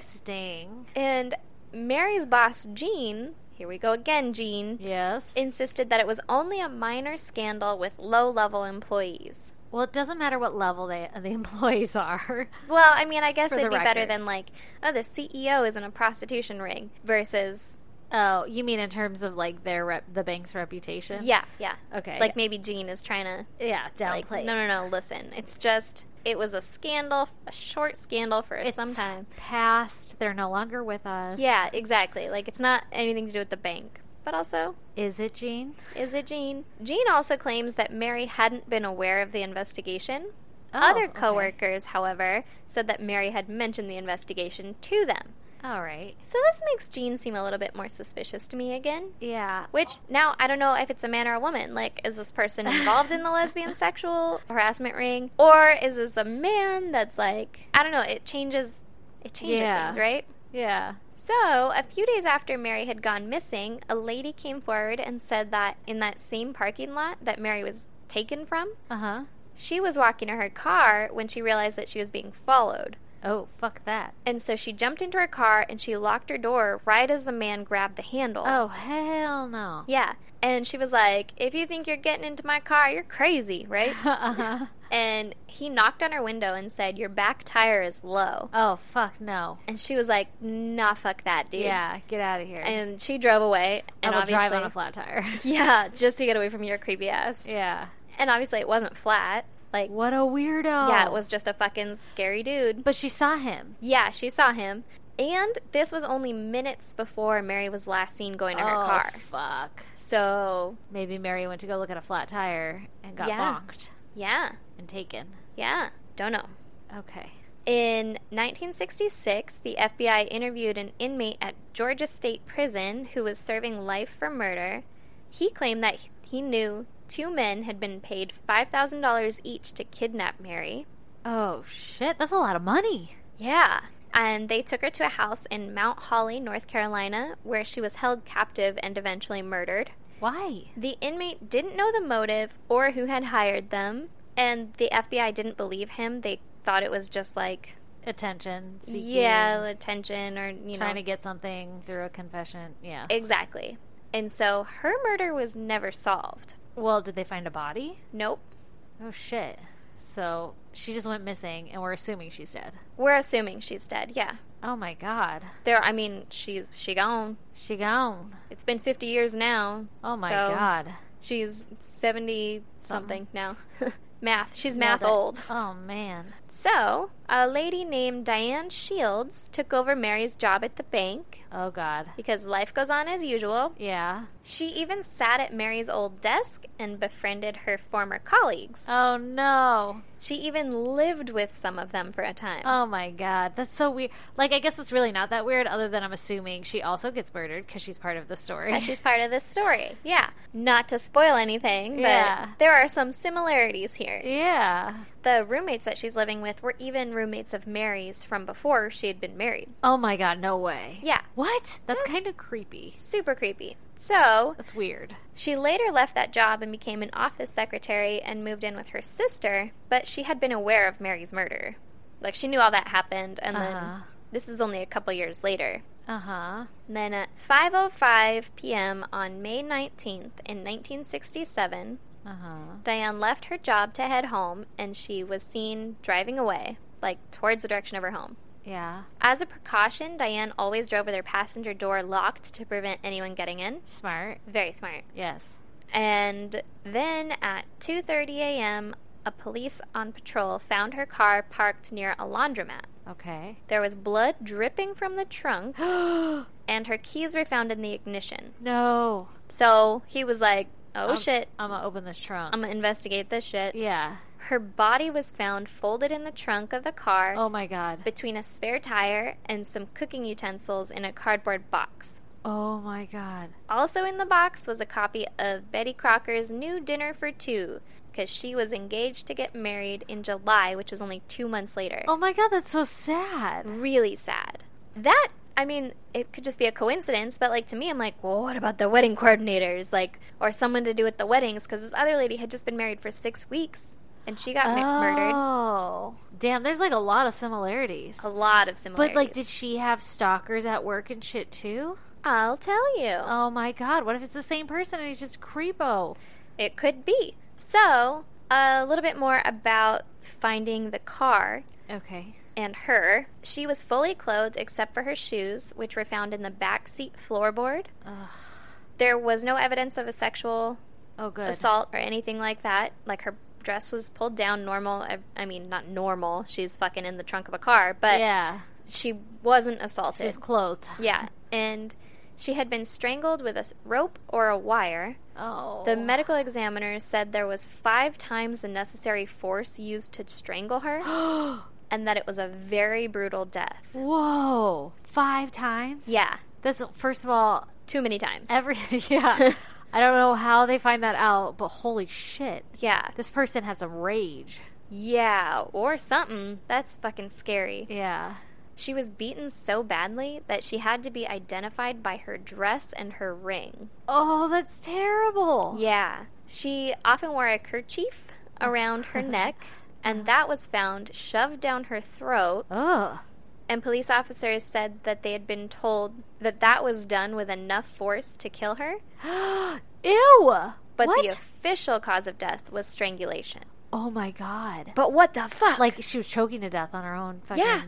S1: Interesting.
S3: And Mary's boss, Jean, here we go again, Jean,
S1: Yes.
S3: insisted that it was only a minor scandal with low-level employees.
S1: well, it doesn't matter what level they the employees are.
S3: Well, I mean, I guess
S1: For
S3: it'd be
S1: the
S3: better
S1: record.
S3: than like, oh, the CEO is in a prostitution ring versus,
S1: Oh, you mean in terms of like their rep, the bank's reputation?
S3: yeah, yeah,
S1: Okay.
S3: like maybe Jean is trying to
S1: yeah,
S3: like,
S1: downplay.
S3: no, no, no, listen, it's just it was a scandal, a short scandal for
S1: It's
S3: some time.
S1: Past. They're no longer with us.
S3: Yeah, exactly. Like it's not anything to do with the bank, but also.
S1: Is it Jean?
S3: Is it Jean? Jean also claims that Mary hadn't been aware of the investigation.
S1: Oh,
S3: Other
S1: okay.
S3: coworkers, however, said that Mary had mentioned the investigation to them.
S1: All right.
S3: So this makes Jean seem a little bit more suspicious to me again.
S1: Yeah.
S3: Which now I don't know if it's a man or a woman. Like, is this person involved in the lesbian sexual harassment ring, or is this a man that's like I don't know? It changes, it changes
S1: Yeah.
S3: things, right?
S1: Yeah.
S3: So a few days after Mary had gone missing, a lady came forward and said that in that same parking lot that Mary was taken from,
S1: Uh huh.
S3: she was walking to her car when she realized that she was being followed.
S1: Oh, fuck that.
S3: And so she jumped into her car and she locked her door right as the man grabbed the handle.
S1: Oh, hell no.
S3: Yeah. And she was like, If you think you're getting into my car, you're crazy, right?
S1: uh-huh.
S3: and he knocked on her window and said, Your back tire is low.
S1: Oh, fuck no.
S3: And she was like, Nah, fuck that, dude.
S1: Yeah, get out of here.
S3: And she drove away.
S1: I
S3: And
S1: will
S3: obviously,
S1: drive on a flat tire.
S3: Yeah, just to get away from your creepy ass.
S1: yeah.
S3: And obviously, it wasn't flat. Like,
S1: What a weirdo.
S3: yeah, it was just a fucking scary dude.
S1: But she saw him.
S3: Yeah, she saw him. And this was only minutes before Mary was last seen going to her
S1: oh,
S3: car.
S1: fuck.
S3: So,
S1: Maybe Mary went to go look at a flat tire and got
S3: Yeah.
S1: bonked
S3: yeah,
S1: and taken.
S3: yeah, don't know.
S1: Okay.
S3: In 1966, the FBI interviewed an inmate at Georgia State Prison who was serving life for murder. He claimed that he knew two men had been paid $5,000 each to kidnap Mary.
S1: Oh, shit. That's a lot of money.
S3: Yeah. And they took her to a house in Mount Holly, North Carolina, where she was held captive and eventually murdered.
S1: Why?
S3: The inmate didn't know the motive or who had hired them, and the FBI didn't believe him. They thought it was just like,
S1: Attention. Seeking,
S3: yeah, attention or, you
S1: Trying
S3: know.
S1: to get something through a confession. Yeah.
S3: Exactly. And so her murder was never solved.
S1: Well, did they find a body?
S3: Nope.
S1: Oh shit. So she just went missing and we're assuming she's dead.
S3: We're assuming she's dead. Yeah.
S1: Oh my god.
S3: There I mean, she's she gone.
S1: She gone.
S3: It's been 50 years now.
S1: Oh my
S3: so
S1: god.
S3: She's 70 something now. math. She's
S1: Yeah,
S3: math
S1: that-
S3: old.
S1: Oh man.
S3: So, a lady named Diane Shields took over Mary's job at the bank
S1: Oh god.
S3: because life goes on as usual.
S1: Yeah.
S3: She even sat at Mary's old desk and befriended her former colleagues.
S1: Oh no.
S3: She even lived with some of them for a time.
S1: Oh my god. That's so weird. Like I guess it's really not that weird other than I'm assuming she also gets murdered cuz she's part of the story.
S3: As she's part of this story. Yeah. Not to spoil anything, but
S1: Yeah.
S3: there are some similarities here.
S1: yeah.
S3: The roommates that she's living with were even roommates of Mary's from before she had been married.
S1: Oh my god, no way.
S3: Yeah.
S1: What? That's kind of creepy.
S3: Super creepy. So,
S1: That's weird.
S3: She later left that job and became an office secretary and moved in with her sister, but she had been aware of Mary's murder. Like, she knew all that happened, and
S1: Uh-huh.
S3: then this is only a couple years later.
S1: Uh-huh.
S3: And then at 5:05 p.m. on May 19th in 1967,
S1: Uh-huh.
S3: Diane left her job to head home, and she was seen driving away, like towards the direction of her home.
S1: Yeah.
S3: As a precaution, Diane always drove with her passenger door locked to prevent anyone getting in.
S1: Smart.
S3: Very smart.
S1: Yes.
S3: And then at 2:30 a.m., a police on patrol found her car parked near a laundromat.
S1: Okay.
S3: There was blood dripping from the trunk,
S1: no.
S3: and her keys were found in the ignition.
S1: Oh,
S3: So he was like, "Oh
S1: I'm-
S3: shit,
S1: I'm gonna open this trunk.
S3: I'm gonna investigate this shit."
S1: yeah.
S3: Her body was found folded in the trunk of the car
S1: Oh my god.
S3: between a spare tire and some cooking utensils in a cardboard box.
S1: Oh my god.
S3: Also in the box was a copy of Betty Crocker's New Dinner for Two, because she was engaged to get married in July, which was only two months later.
S1: Oh my god, that's so sad.
S3: Really sad. That, I mean, it could just be a coincidence, but like to me, I'm like, well, what about the wedding coordinators? Like, or someone to do with the weddings, because this other lady had just been married for six weeks and she got ma- murdered.
S1: Oh. Damn, there's like a lot of similarities.
S3: A lot of
S1: But
S3: similarities.
S1: like did she have stalkers at work and shit too?
S3: I'll tell you.
S1: Oh my god, what if it's the same person and he's just a creepo?
S3: It could be. So, a little bit more about finding the car.
S1: Okay.
S3: and her. She was fully clothed except for her shoes, which were found in the back seat floorboard.
S1: Ugh.
S3: There was no evidence of a sexual
S1: Oh good.
S3: assault or anything like that. Like her dress was pulled down normal. I- I mean, not normal. She's fucking in the trunk of a car, but
S1: Yeah.
S3: she wasn't
S1: She
S3: assaulted.
S1: was clothed.
S3: yeah. And she had been strangled with a s- rope or a wire.
S1: Oh.
S3: The medical examiner said there was five times the necessary force used to strangle her and that it was a very brutal death.
S1: Whoa. Five times?
S3: Yeah.
S1: That's first of all,
S3: too many times.
S1: every yeah. I don't know how they find that out, but holy shit.
S3: yeah.
S1: This person has some rage.
S3: Yeah, or something. That's fucking scary.
S1: Yeah.
S3: She was beaten so badly that she had to be identified by her dress and her ring.
S1: Oh, that's terrible.
S3: Yeah. She often wore a kerchief around her neck, and that was found shoved down her throat.
S1: Ugh.
S3: And police officers said that they had been told that that was done with enough force to kill her,
S1: Ew.
S3: but
S1: what?
S3: the official cause of death was strangulation.
S1: oh my god.
S3: But what the fuck?
S1: Like she was choking to death on her own fucking
S3: Yeah.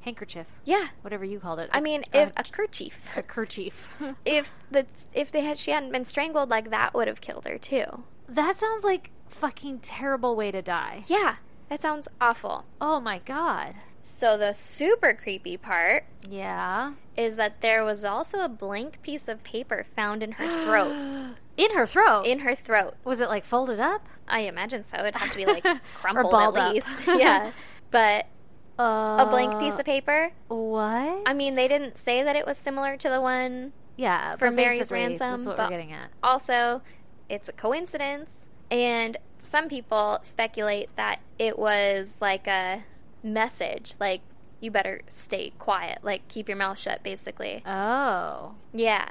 S1: handkerchief,
S3: yeah. Uh,
S1: whatever you called it.
S3: I mean,
S1: a,
S3: if a kerchief.
S1: a kerchief.
S3: if the if they had she hadn't been strangled like that would have killed her too.
S1: that sounds like fucking terrible way to die.
S3: Yeah, that sounds awful.
S1: Oh my god.
S3: So the super creepy part
S1: Yeah.
S3: is that there was also a blank piece of paper found in her throat.
S1: In her throat.
S3: in her throat.
S1: was it like folded up?
S3: I imagine so. It'd have to be like crumpled
S1: balled
S3: at
S1: up.
S3: least. yeah. But
S1: Uh,
S3: a blank piece of paper.
S1: what?
S3: I mean, they didn't say that it was similar to the one.
S1: yeah,
S3: for
S1: but
S3: Mary's
S1: basically,
S3: ransom,
S1: That's what
S3: but-
S1: we're getting at.
S3: Also, it's a coincidence. And some people speculate that it was like a message, like, you better stay quiet, like, keep your mouth shut, basically.
S1: Oh,
S3: Yeah.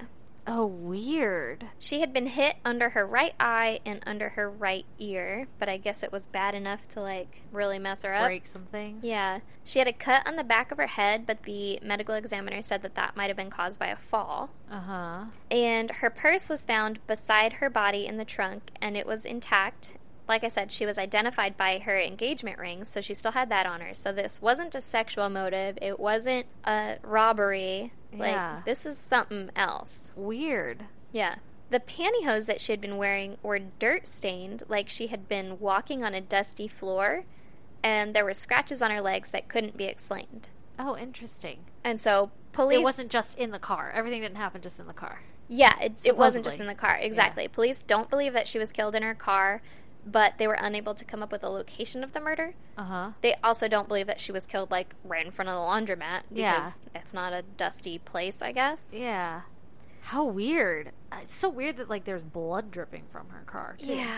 S1: Oh, weird.
S3: She had been hit under her right eye and under her right ear, but I guess it was bad enough to like really mess her up.
S1: Break some things.
S3: Yeah. She had a cut on the back of her head, but the medical examiner said that that might have been caused by a fall.
S1: Uh huh.
S3: And her purse was found beside her body in the trunk, and it was intact. Like I said, she was identified by her engagement ring, so she still had that on her. So this wasn't a sexual motive. It wasn't a robbery.
S1: Yeah.
S3: Like, this is something else.
S1: Weird.
S3: Yeah. The pantyhose that she had been wearing were dirt stained, like she had been walking on a dusty floor, and there were scratches on her legs that couldn't be explained.
S1: Oh, interesting.
S3: And so police
S1: It wasn't just in the car. Everything didn't happen just in the car.
S3: Yeah, it, it wasn't just in
S1: Supposedly.
S3: the car. Exactly. Police don't believe that she was killed in her car, but they were unable to come up with a location of the murder.
S1: Uh huh.
S3: They also don't believe that she was killed like right in front of the laundromat
S1: Yeah.
S3: because it's not a dusty place, I guess.
S1: Yeah. How weird. Uh, It's so weird that like there's blood dripping from her car. Too.
S3: Yeah.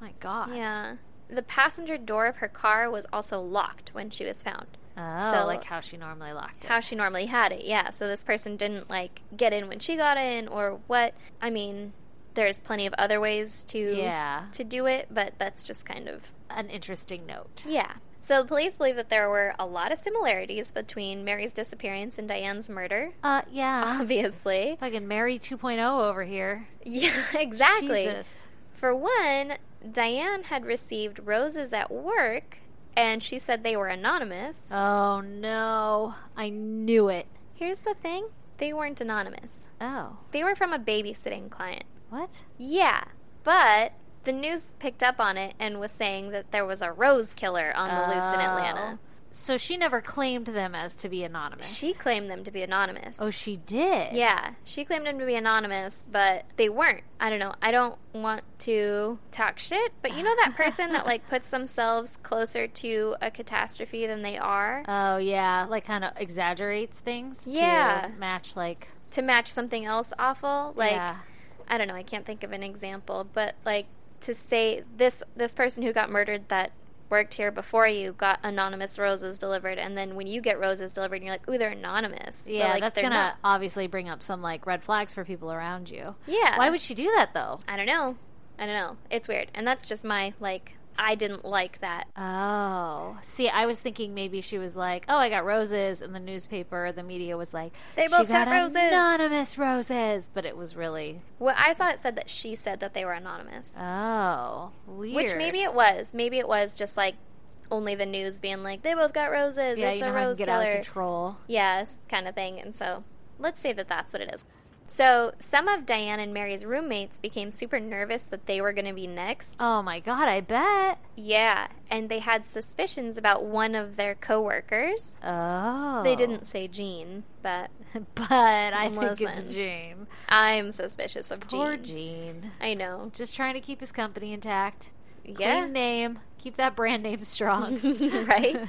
S1: My God.
S3: Yeah. The passenger door of her car was also locked when she was found.
S1: Oh,
S3: So-
S1: like how she normally locked it.
S3: How she normally had it. Yeah, so this person didn't like get in when she got in or what. I mean, there's plenty of other ways to
S1: yeah.
S3: to do it, but that's just kind of
S1: An interesting note.
S3: Yeah. So the police believe that there were a lot of similarities between Mary's disappearance and Diane's murder.
S1: Uh,
S3: Uh-huh.
S1: yeah.
S3: Obviously.
S1: Fucking Mary 2.0 over here.
S3: Yeah, exactly.
S1: Jesus.
S3: For one, Diane had received roses at work and she said they were anonymous.
S1: Oh no. I knew it.
S3: Here's the thing they weren't anonymous,
S1: Oh.
S3: they were from a babysitting client.
S1: What?
S3: Yeah, but the news picked up on it and was saying that there was a rose killer on the loose
S1: Oh.
S3: in Atlanta.
S1: So she never claimed them as to be anonymous.
S3: She claimed them to be anonymous.
S1: Oh, she did.
S3: Yeah, she claimed them to be anonymous, but they weren't. I don't know. I don't want to talk shit, but you know that person that like puts themselves closer to a catastrophe than they are
S1: Oh yeah, like kind of exaggerates things
S3: Yeah.
S1: to match like
S3: to match something else awful. Like
S1: yeah.
S3: I don't know. I can't think of an example, but like to say this this person who got murdered that worked here before you got anonymous roses delivered, and then when you get roses delivered, you're like, ooh, they're anonymous. But,
S1: Yeah,
S3: like,
S1: that's
S3: they're
S1: gonna
S3: not-
S1: obviously bring up some like red flags for people around you.
S3: Yeah.
S1: Why would she do that though?
S3: I don't know. I don't know. It's weird. And that's just my, like, I didn't like that.
S1: Oh, see, I was thinking maybe she was like, "Oh, I got roses," and the newspaper, the media was like,
S3: They
S1: "She
S3: both got roses."
S1: anonymous roses," but it was really
S3: Well, I saw it said that she said that they were anonymous,
S1: oh weird.
S3: which maybe it was. Maybe it was just like only the news being like, they both got roses.
S1: yeah,
S3: it's
S1: you know
S3: a
S1: how it
S3: rose
S1: can get out of
S3: killer.
S1: control.
S3: Yes, kind of thing. And so let's say that that's what it is. So some of Diane and Mary's roommates became super nervous that they were going to be next.
S1: Oh my god, I bet.
S3: Yeah, and they had suspicions about one of their coworkers.
S1: Oh,
S3: They didn't say Jean, but
S1: but I think
S3: Listen.
S1: it's Gene.
S3: I'm suspicious of
S1: Poor
S3: Jean.
S1: Gene,
S3: I know.
S1: just trying to keep his company intact.
S3: Yeah.
S1: Clean name, keep that brand name strong,
S3: Right?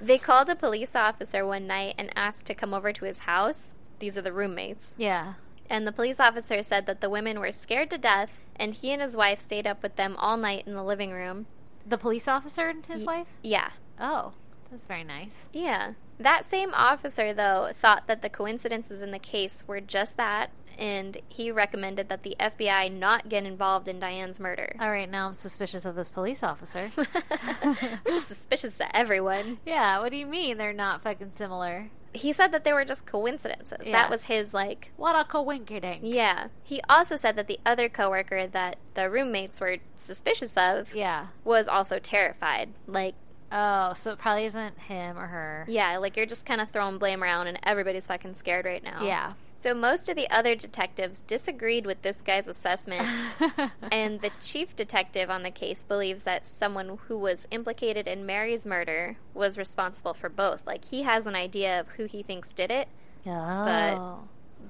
S3: They called a police officer one night and asked to come over to his house. These are the roommates.
S1: yeah.
S3: And the police officer said that the women were scared to death, and he and his wife stayed up with them all night in the living room.
S1: The police officer and his
S3: Y-
S1: wife.
S3: Yeah.
S1: Oh, that's very nice.
S3: Yeah. That same officer, though, thought that the coincidences in the case were just that, and he recommended that the FBI not get involved in Diane's murder.
S1: All right, now I'm suspicious of this police officer.
S3: Which is suspicious to everyone.
S1: yeah, what do you mean they're not fucking similar?
S3: He said that they were just coincidences.
S1: Yeah.
S3: That was his, like,
S1: What a coincidence.
S3: Yeah. He also said that the other coworker that the roommates were suspicious of
S1: Yeah.
S3: was also terrified. Like,
S1: Oh, so it probably isn't him or her.
S3: yeah, like you're just kind of throwing blame around and everybody's fucking scared right now.
S1: Yeah.
S3: So most of the other detectives disagreed with this guy's assessment, and the chief detective on the case believes that someone who was implicated in Mary's murder was responsible for both. Like, he has an idea of who he thinks did it.
S1: oh.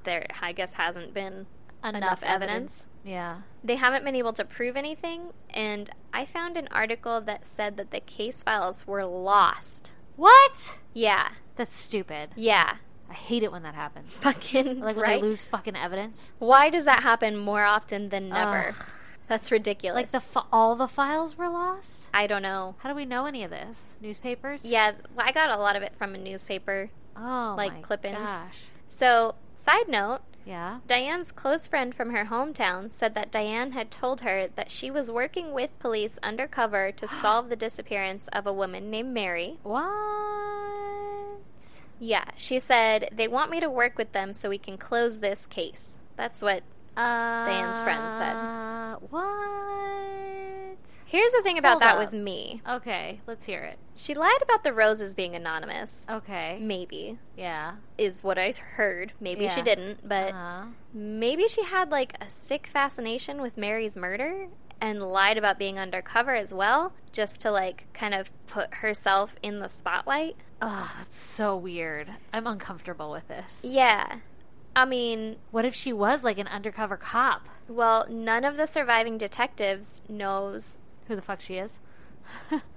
S3: There, I guess, hasn't been
S1: Enough,
S3: enough evidence.
S1: evidence. Yeah.
S3: they haven't been able to prove anything, and I found an article that said that the case files were lost.
S1: What?
S3: Yeah,
S1: That's stupid.
S3: yeah.
S1: I hate it when that happens.
S3: Fucking
S1: Like when
S3: right.
S1: they lose fucking evidence.
S3: Why does that happen more often than never?
S1: Ugh.
S3: That's ridiculous.
S1: Like the fi- all the files were lost.
S3: I don't know.
S1: How do we know any of this? Newspapers?
S3: Yeah, well, I got a lot of it from a newspaper.
S1: Oh,
S3: like
S1: my
S3: clip-ins.
S1: Gosh.
S3: So, side note,
S1: Yeah.
S3: Diane's close friend from her hometown said that Diane had told her that she was working with police undercover to solve the disappearance of a woman named Mary.
S1: What?
S3: Yeah, she said, they want me to work with them so we can close this case. That's what.
S1: Uh,
S3: Diane's friend said.
S1: What?
S3: Here's the thing about
S1: Hold
S3: that
S1: up.
S3: with me
S1: Okay, let's hear it.
S3: she lied about the roses being anonymous.
S1: Okay.
S3: Maybe,
S1: Yeah.
S3: is what I heard. Maybe she
S1: Yeah.
S3: didn't, but
S1: Uh-huh.
S3: maybe she had like a sick fascination with Mary's murder and lied about being undercover as well, just to like kind of put herself in the spotlight.
S1: Ugh, that's so weird. I'm uncomfortable with this.
S3: Yeah. I mean,
S1: What if she was like an undercover cop?
S3: well, none of the surviving detectives knows.
S1: Who the fuck she is?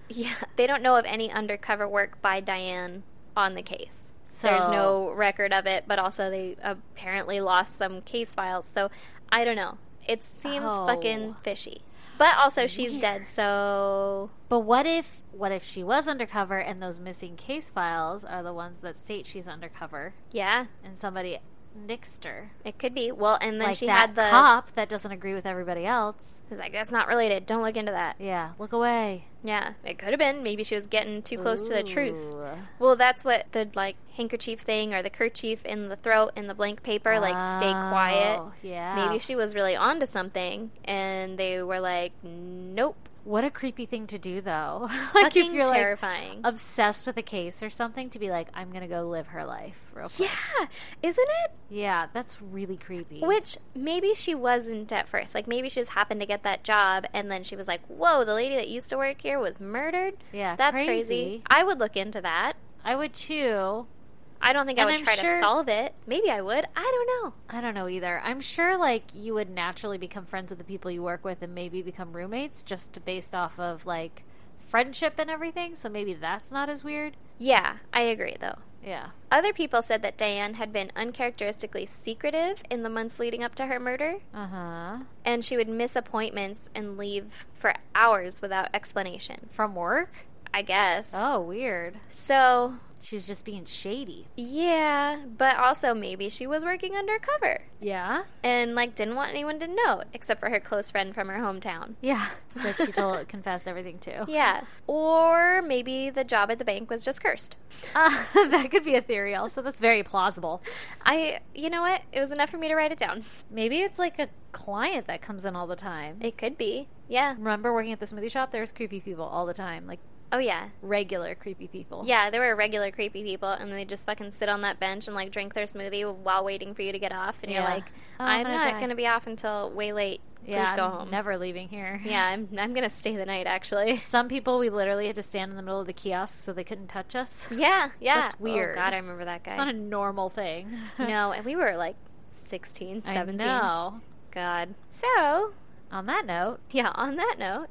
S3: Yeah, they don't know of any undercover work by Diane on the case.
S1: So-
S3: There's
S1: Oh.
S3: no record of it, but also they apparently lost some case files. So I don't know. It seems
S1: Oh.
S3: fucking fishy. But also, she's dead, so
S1: But what if what if she was undercover and those missing case files are the ones that state she's undercover
S3: yeah,
S1: and somebody nixed her?
S3: it could be. Well, and then
S1: like
S3: she
S1: that
S3: had the.
S1: cop that doesn't agree with everybody else.
S3: It was like, that's not related. Don't look into that.
S1: Yeah, look away.
S3: Yeah, it could have been. Maybe she was getting too close to the truth.
S1: Ooh.
S3: Well, that's what the like handkerchief thing or the kerchief in the throat and the blank paper like stay quiet.
S1: Oh, Yeah.
S3: Maybe she was really onto something, and they were like, "Nope,
S1: What a creepy thing to do, though. like if
S3: fucking
S1: you're like
S3: terrifying."
S1: obsessed with a case or something, to be like, I'm gonna go live her life. Real quick.
S3: yeah, isn't it?
S1: Yeah, that's really creepy.
S3: Which maybe she wasn't at first. Like maybe she just happened to get that job, and then she was like, "Whoa, the lady that used to work here was murdered."
S1: yeah,
S3: That's crazy. I would look into that.
S1: I would too.
S3: I don't think
S1: And
S3: I would
S1: I'm
S3: try
S1: sure-
S3: to solve it. Maybe I would. I don't know.
S1: I don't know either. I'm sure like you would naturally become friends with the people you work with and maybe become roommates just to- based off of like friendship and everything. So maybe that's not as weird.
S3: Yeah, I agree though.
S1: Yeah.
S3: Other people said that Diane had been uncharacteristically secretive in the months leading up to her murder,
S1: Uh huh.
S3: and she would miss appointments and leave for hours without explanation,
S1: From work?
S3: I guess.
S1: Oh, weird.
S3: So,
S1: She was just being shady.
S3: yeah, but also maybe she was working undercover
S1: Yeah.
S3: and like didn't want anyone to know except for her close friend from her hometown.
S1: Yeah. That she told confessed everything to.
S3: Yeah. Or maybe the job at the bank was just cursed.
S1: Uh, that could be a theory. Also, that's very plausible.
S3: I, you know what? It was enough for me to write it down.
S1: Maybe it's like a client that comes in all the time.
S3: It could be. Yeah.
S1: Remember working at the smoothie shop? There's creepy people all the time, like
S3: Oh, yeah.
S1: regular creepy people.
S3: Yeah, there were regular creepy people, and they just fucking sit on that bench and like drink their smoothie while waiting for you to get off. And you're
S1: Yeah.
S3: like,
S1: Oh, I'm
S3: I'm,
S1: gonna
S3: not
S1: die."
S3: going to be off until way late. Please
S1: Yeah,
S3: go
S1: I'm
S3: home.
S1: Never leaving here.
S3: Yeah, I'm, I'm going to stay the night, actually.
S1: Some people we literally had to stand in the middle of the kiosk so they couldn't touch us.
S3: Yeah, yeah.
S1: That's weird.
S3: Oh, God, I remember that guy.
S1: It's not a normal thing.
S3: no, and we were like 16, 17.
S1: I know.
S3: God. So,
S1: On that note,
S3: yeah, on that note,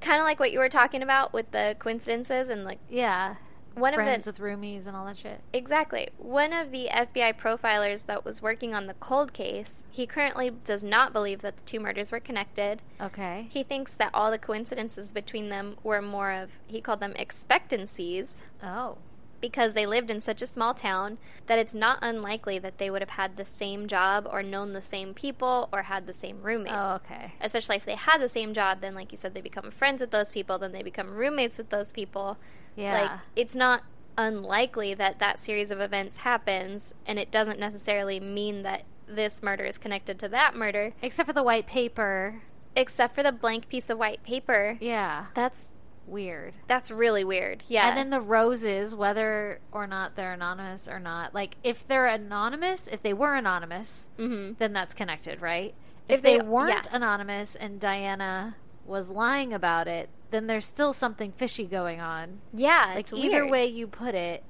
S3: kind of like what you were talking about with the coincidences and like
S1: yeah,
S3: one of the
S1: friends with roomies and all that shit.
S3: Exactly. One of the FBI profilers that was working on the cold case, he currently does not believe that the two murders were connected.
S1: Okay.
S3: He thinks that all the coincidences between them were more of, he called them expectancies,
S1: Oh.
S3: because they lived in such a small town that it's not unlikely that they would have had the same job or known the same people or had the same roommates.
S1: Oh, okay.
S3: Especially if they had the same job, then, like you said, they become friends with those people, then they become roommates with those people.
S1: Yeah.
S3: Like it's not unlikely that that series of events happens and it doesn't necessarily mean that this murder is connected to that murder
S1: Except for the white paper.
S3: except for the blank piece of white paper.
S1: Yeah.
S3: That's
S1: Weird.
S3: that's really weird. Yeah.
S1: And then the roses, whether or not they're anonymous or not, like if they're anonymous, if they were anonymous,
S3: Mhm.
S1: then that's connected, right? If,
S3: If
S1: they,
S3: they-
S1: weren't
S3: yeah.
S1: anonymous and Diana was lying about it, then there's still something fishy going on.
S3: yeah,
S1: Like
S3: it's
S1: either
S3: weird.
S1: way you put it,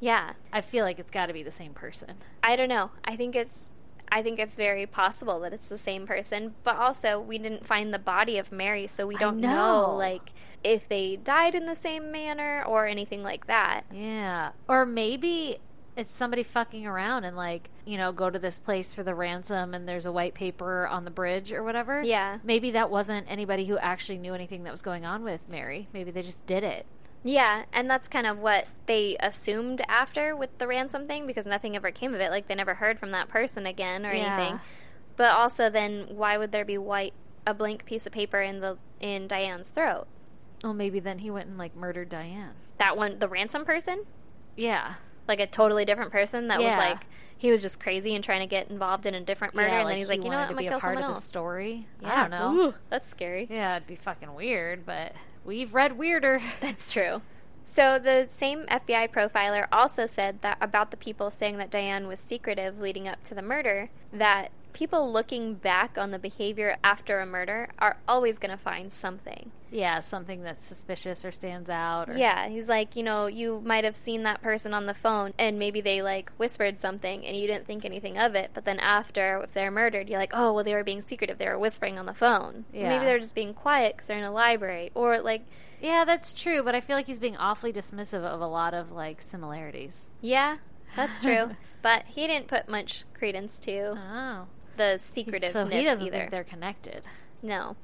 S3: Yeah.
S1: I feel like it's got to be the same person.
S3: I don't know. I think it's I think it's very possible that it's the same person, but also we didn't find the body of Mary, so we
S1: I
S3: don't
S1: know.
S3: know like if they died in the same manner or anything like that.
S1: Yeah. Or maybe it's somebody fucking around and like, you know, go to this place for the ransom and there's a white paper on the bridge or whatever.
S3: Yeah.
S1: Maybe that wasn't anybody who actually knew anything that was going on with Mary. Maybe they just did it.
S3: Yeah, and that's kind of what they assumed after with the ransom thing because nothing ever came of it. Like they never heard from that person again or
S1: Yeah.
S3: anything. But also then why would there be white a blank piece of paper in the in Diane's throat?
S1: Well, maybe then he went and like murdered Diane.
S3: That one the ransom person?
S1: Yeah.
S3: Like a totally different person that
S1: Yeah.
S3: was like he was just crazy and trying to get involved in a different murder
S1: yeah,
S3: and then he's
S1: he
S3: like, You know what, I'm
S1: wanted to
S3: gonna kill
S1: be a part
S3: someone
S1: of
S3: else.
S1: the story.
S3: Yeah.
S1: I don't know.
S3: Ooh, that's scary.
S1: Yeah, it'd be fucking weird, but we've read weirder.
S3: That's true. So the same FBI profiler also said that about the people saying that Diane was secretive leading up to the murder, that people looking back on the behavior after a murder are always going to find something.
S1: Yeah, something that's suspicious or stands out. Or,
S3: Yeah, he's like, you know, you might have seen that person on the phone and maybe they like whispered something and you didn't think anything of it, but then after if they're murdered, you're like, oh, well they were being secretive, they were whispering on the phone.
S1: Yeah.
S3: Maybe they're just being quiet cuz they're in a library or like
S1: Yeah, that's true, but I feel like he's being awfully dismissive of a lot of like similarities.
S3: Yeah, that's true. but he didn't put much credence to
S1: Oh.
S3: the secretiveness
S1: So he doesn't
S3: either.
S1: think they're connected.
S3: no.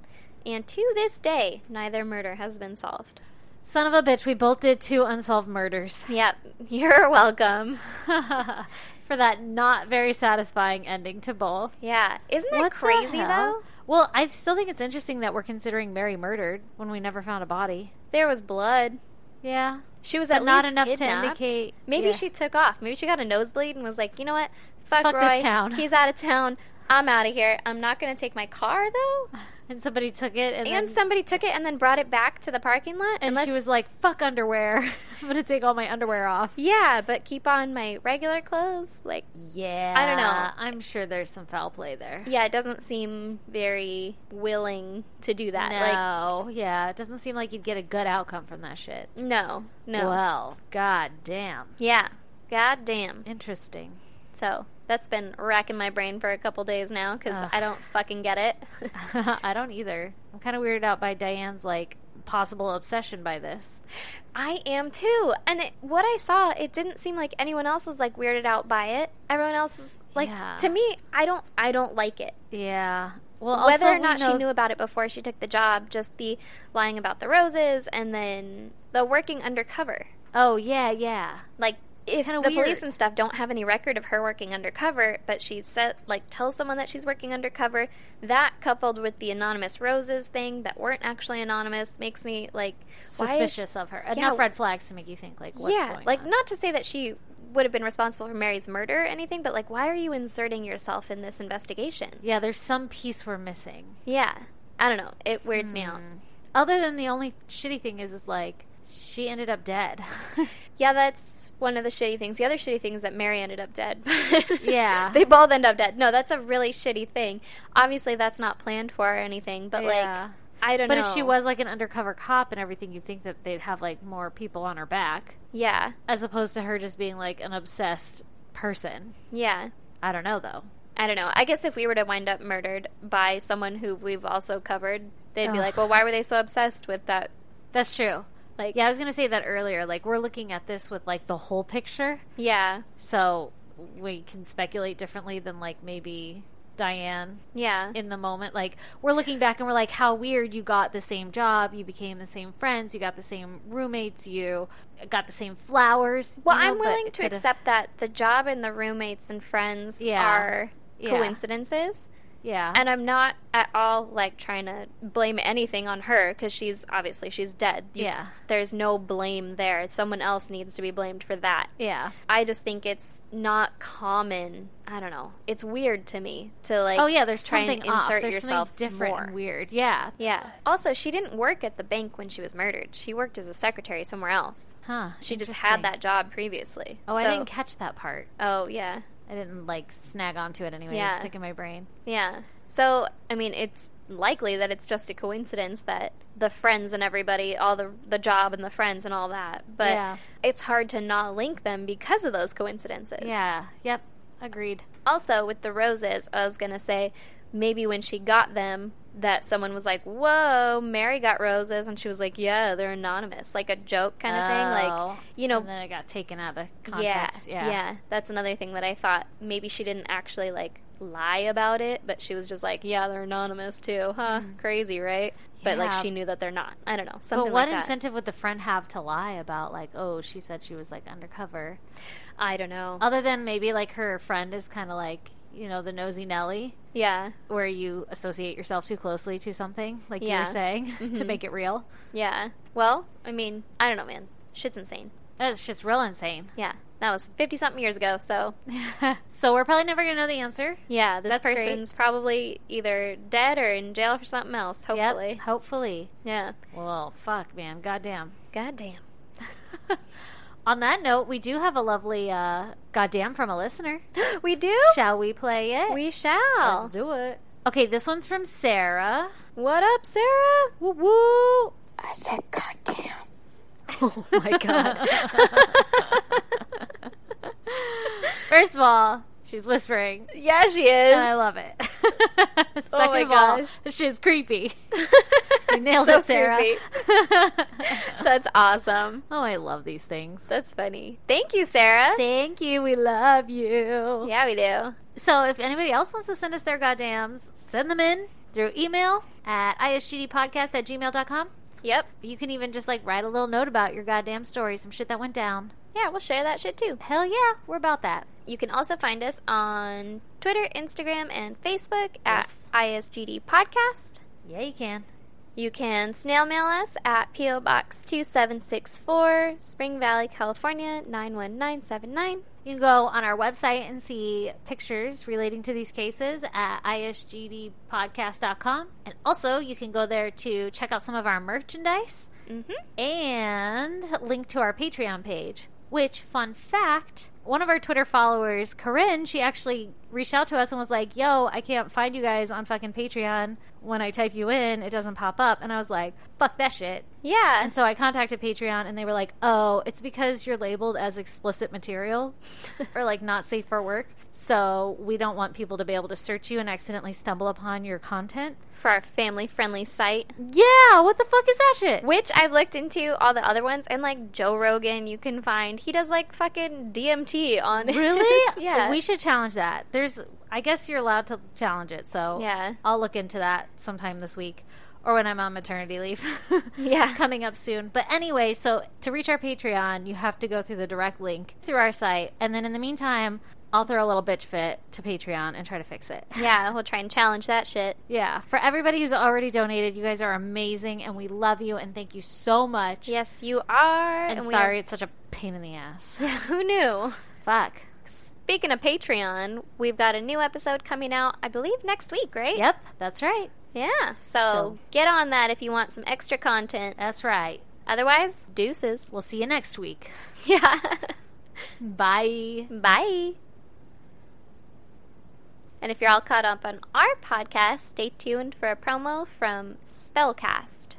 S3: And to this day, neither murder has been solved.
S1: Son of a bitch, we both did two unsolved murders.
S3: Yep, you're welcome.
S1: For that not very satisfying ending to both.
S3: Yeah, isn't that
S1: What the
S3: crazy
S1: hell?
S3: though?
S1: Well, I still think it's interesting that we're considering Mary murdered when we never found a body.
S3: There was blood.
S1: Yeah.
S3: She was
S1: But
S3: at
S1: not
S3: least
S1: enough to
S3: kidnapped.
S1: indicate-
S3: Maybe
S1: yeah.
S3: she took off. Maybe she got a nosebleed and was like, you know what? Fuck,
S1: Fuck this
S3: Roy.
S1: town."
S3: He's out of town. I'm out of here. I'm not going to take my car though.
S1: And somebody took it and,
S3: And
S1: then,
S3: somebody took it and then brought it back to the parking lot.
S1: and
S3: unless
S1: she was like, fuck underwear. I'm going to take all my underwear off.
S3: Yeah, but keep on my regular clothes. Like,
S1: Yeah.
S3: I don't know.
S1: I'm sure there's some foul play there.
S3: yeah, it doesn't seem very willing to do that. Like,
S1: no. yeah. It doesn't seem like you'd get a good outcome from that shit.
S3: no, no.
S1: Well, god damn.
S3: Yeah, god damn.
S1: Interesting.
S3: So that's been racking my brain for a couple days now because
S1: Ugh.
S3: I don't fucking get it.
S1: I don't either. I'm kind of weirded out by Diane's like possible obsession by this.
S3: I am too. And it, what I saw, it didn't seem like anyone else was like weirded out by it. Everyone else is like,
S1: Yeah.
S3: to me, I don't, I don't like it.
S1: Yeah. Well,
S3: Whether
S1: also,
S3: or
S1: we
S3: not she
S1: know-
S3: knew about it before she took the job, just the lying about the roses and then the working undercover.
S1: Oh yeah, yeah.
S3: like if
S1: Kinda
S3: the
S1: weird.
S3: police and stuff don't have any record of her working undercover but she said like tells someone that she's working undercover that coupled with the anonymous roses thing that weren't actually anonymous makes me like why is she-
S1: Suspicious of her. Enough red flags to make you think like what's
S3: yeah
S1: going
S3: like
S1: on.
S3: not to say that she would have been responsible for mary's murder or anything but like why are you inserting yourself in this investigation
S1: Yeah, there's some piece we're missing.
S3: yeah i don't know it weirds
S1: Hmm.
S3: me out
S1: Other than the only shitty thing is, is like she ended up dead.
S3: yeah that's one of the shitty things the other shitty thing is that mary ended up dead
S1: Yeah.
S3: they both end up dead no that's a really shitty thing obviously that's not planned for or anything but like
S1: Yeah.
S3: I don't
S1: But
S3: know.
S1: if she was like an undercover cop and everything, you'd think that they'd have like more people on her back
S3: Yeah.
S1: as opposed to her just being like an obsessed person.
S3: Yeah.
S1: I don't know though.
S3: I don't know. I guess if we were to wind up murdered by someone who we've also covered, they'd be
S1: Ugh.
S3: like, well, why were they so obsessed with that?
S1: That's true.
S3: Like,
S1: Yeah, I was going to say that earlier. Like we're looking at this with like the whole picture.
S3: Yeah.
S1: So we can speculate differently than like maybe Diane
S3: Yeah.
S1: in the moment. Like we're looking back and we're like, how weird you got the same job, you became the same friends, you got the same roommates, you got the same flowers.
S3: well,
S1: you know,
S3: I'm
S1: but uh,
S3: willing
S1: it
S3: to
S1: could've-
S3: accept that the job and the roommates and friends
S1: Yeah.
S3: are
S1: Yeah.
S3: coincidences.
S1: Yeah.
S3: And I'm not at all like trying to blame anything on her because she's obviously she's dead. You-
S1: Yeah.
S3: There's no blame there. Someone else needs to be blamed for that.
S1: yeah.
S3: I just think it's not common. I don't know. It's weird to me to like.
S1: Oh yeah, there's
S3: try
S1: something
S3: and
S1: off.
S3: insert
S1: There's
S3: yourself
S1: something different
S3: more.
S1: and weird. Yeah.
S3: Yeah. Also, she didn't work at the bank when she was murdered. She worked as a secretary somewhere else.
S1: Huh.
S3: She just had
S1: Interesting.
S3: that job previously.
S1: Oh, I
S3: So-
S1: didn't catch that part.
S3: Oh yeah,
S1: I didn't like snag onto it anyway.
S3: Yeah.
S1: It's stuck in my brain.
S3: yeah. So I mean, it's likely that it's just a coincidence that the friends and everybody, all the the job and the friends and all that. But
S1: Yeah.
S3: it's hard to not link them because of those coincidences.
S1: Yeah. Yep. Agreed.
S3: Also, with the roses, I was going to say maybe when she got them, that someone was like, Whoa, Mary got roses. And she was like, Yeah, they're anonymous. Like a joke kind of thing. Like,
S1: Oh.
S3: you know,
S1: and then it got taken out of
S3: yeah,
S1: context.
S3: yeah. That's another thing that I thought maybe she didn't actually like lie about it, but she was just like, yeah, they're anonymous too, huh? Crazy, right? But like
S1: Hmm. Yeah.
S3: she knew that they're not. I don't know. Something
S1: But what
S3: like that.
S1: incentive would the friend have to lie about, like, oh, she said she was like undercover?
S3: I don't know.
S1: Other than maybe like her friend is kind of like, you know, the nosy Nelly,
S3: yeah.
S1: where you associate yourself too closely to something, like you
S3: Yeah. Mm-hmm.
S1: were saying, to make it real.
S3: Yeah. Well, I mean, I don't know, man. Shit's insane.
S1: That's just real insane.
S3: Yeah. That was 50 something years ago, so
S1: so we're probably never going to know the answer.
S3: yeah, this
S1: That's great.
S3: person's probably either dead or in jail for something else,
S1: Yep,
S3: hopefully.
S1: hopefully.
S3: Yeah.
S1: Well, fuck, man. Goddamn.
S3: Goddamn.
S1: On that note, we do have a lovely uh, goddamn from a listener.
S3: we do?
S1: Shall we play it?
S3: we shall.
S1: Let's do it. Okay, this one's from Sarah.
S3: What up, Sarah?
S1: Woo woo!
S4: I said, God damn.
S1: Oh my god. First of all, she's whispering.
S3: Yeah, she is.
S1: And I love it. Second
S3: Oh my
S1: of all,
S3: gosh.
S1: she's creepy. You nailed
S3: So
S1: it, Sarah.
S3: creepy. That's awesome.
S1: oh, I love these things.
S3: That's funny. Thank you, Sarah.
S1: Thank you. We love you.
S3: yeah, we do.
S1: So if anybody else wants to send us their goddams, send them in through email at isgdpodcast at gmail.com.
S3: Yep.
S1: You can even just like write a little note about your goddamn story, some shit that went down.
S3: Yeah, we'll share that shit too.
S1: Hell yeah, we're about that.
S3: You can also find us on Twitter, Instagram, and Facebook at ISGD Podcast.
S1: Yeah, you can.
S3: You can snail mail us at P.O. Box 2764, Spring Valley, California 91979.
S1: You can go on our website and see pictures relating to these cases at isgdpodcast.com. And also, you can go there to check out some of our merchandise
S3: Mm-hmm.
S1: and link to our Patreon page. Which, fun fact, one of our Twitter followers, Corinne, she actually reached out to us and was like, Yo, I can't find you guys on fucking Patreon. When I type you in, it doesn't pop up. And I was like, Fuck that shit.
S3: Yeah.
S1: And so I contacted Patreon and they were like, oh, it's because you're labeled as explicit material or like not safe for work. So we don't want people to be able to search you and accidentally stumble upon your content.
S3: for our family friendly site,
S1: Yeah, what the fuck is that shit?
S3: which I've looked into all the other ones, and like Joe Rogan, you can find he does like fucking DMT on his-
S1: Really?
S3: yeah.
S1: We should challenge that. There's, I guess you're allowed to challenge it. So
S3: Yeah.
S1: I'll look into that sometime this week or when I'm on maternity leave.
S3: Yeah.
S1: Coming up soon. But anyway, so to reach our Patreon, you have to go through the direct link through our site. And then in the meantime, I'll throw a little bitch fit to Patreon and try to fix it.
S3: yeah, we'll try and challenge that shit.
S1: Yeah. For everybody who's already donated, you guys are amazing and we love you and thank you so much.
S3: Yes, you are.
S1: And
S3: we
S1: sorry, it's such a pain in the ass.
S3: are- who knew?
S1: Fuck.
S3: Speaking of Patreon, we've got a new episode coming out, I believe, next week, right?
S1: Yep, that's right.
S3: Yeah. So,
S1: So-
S3: get on that if you want some extra content.
S1: That's right.
S3: Otherwise, deuces.
S1: We'll see you next week.
S3: Yeah.
S1: Bye.
S3: Bye. And if you're all caught up on our podcast, stay tuned for a promo from Spellcast.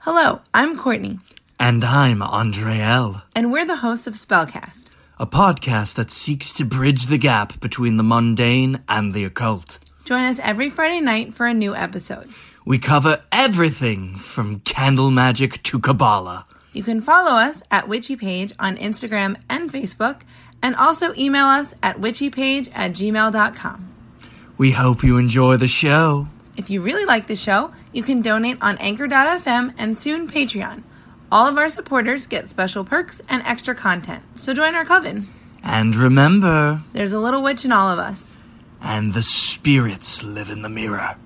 S5: Hello, I'm Courtney,
S2: And I'm Andre L.,
S5: and we're the hosts of Spellcast.
S2: a podcast that seeks to bridge the gap between the mundane and the occult.
S5: Join us every Friday night for a new episode.
S2: We cover everything from candle magic to Kabbalah.
S5: You can follow us at WitchyPage on Instagram and Facebook, and also email us at witchypage at gmail.com.
S2: We hope you enjoy the show.
S5: If you really like the show, you can donate on anchor.fm and soon Patreon. All of our supporters get special perks and extra content, so join our coven.
S2: And remember,
S5: There's a little witch in all of us.
S2: and the spirits live in the mirror.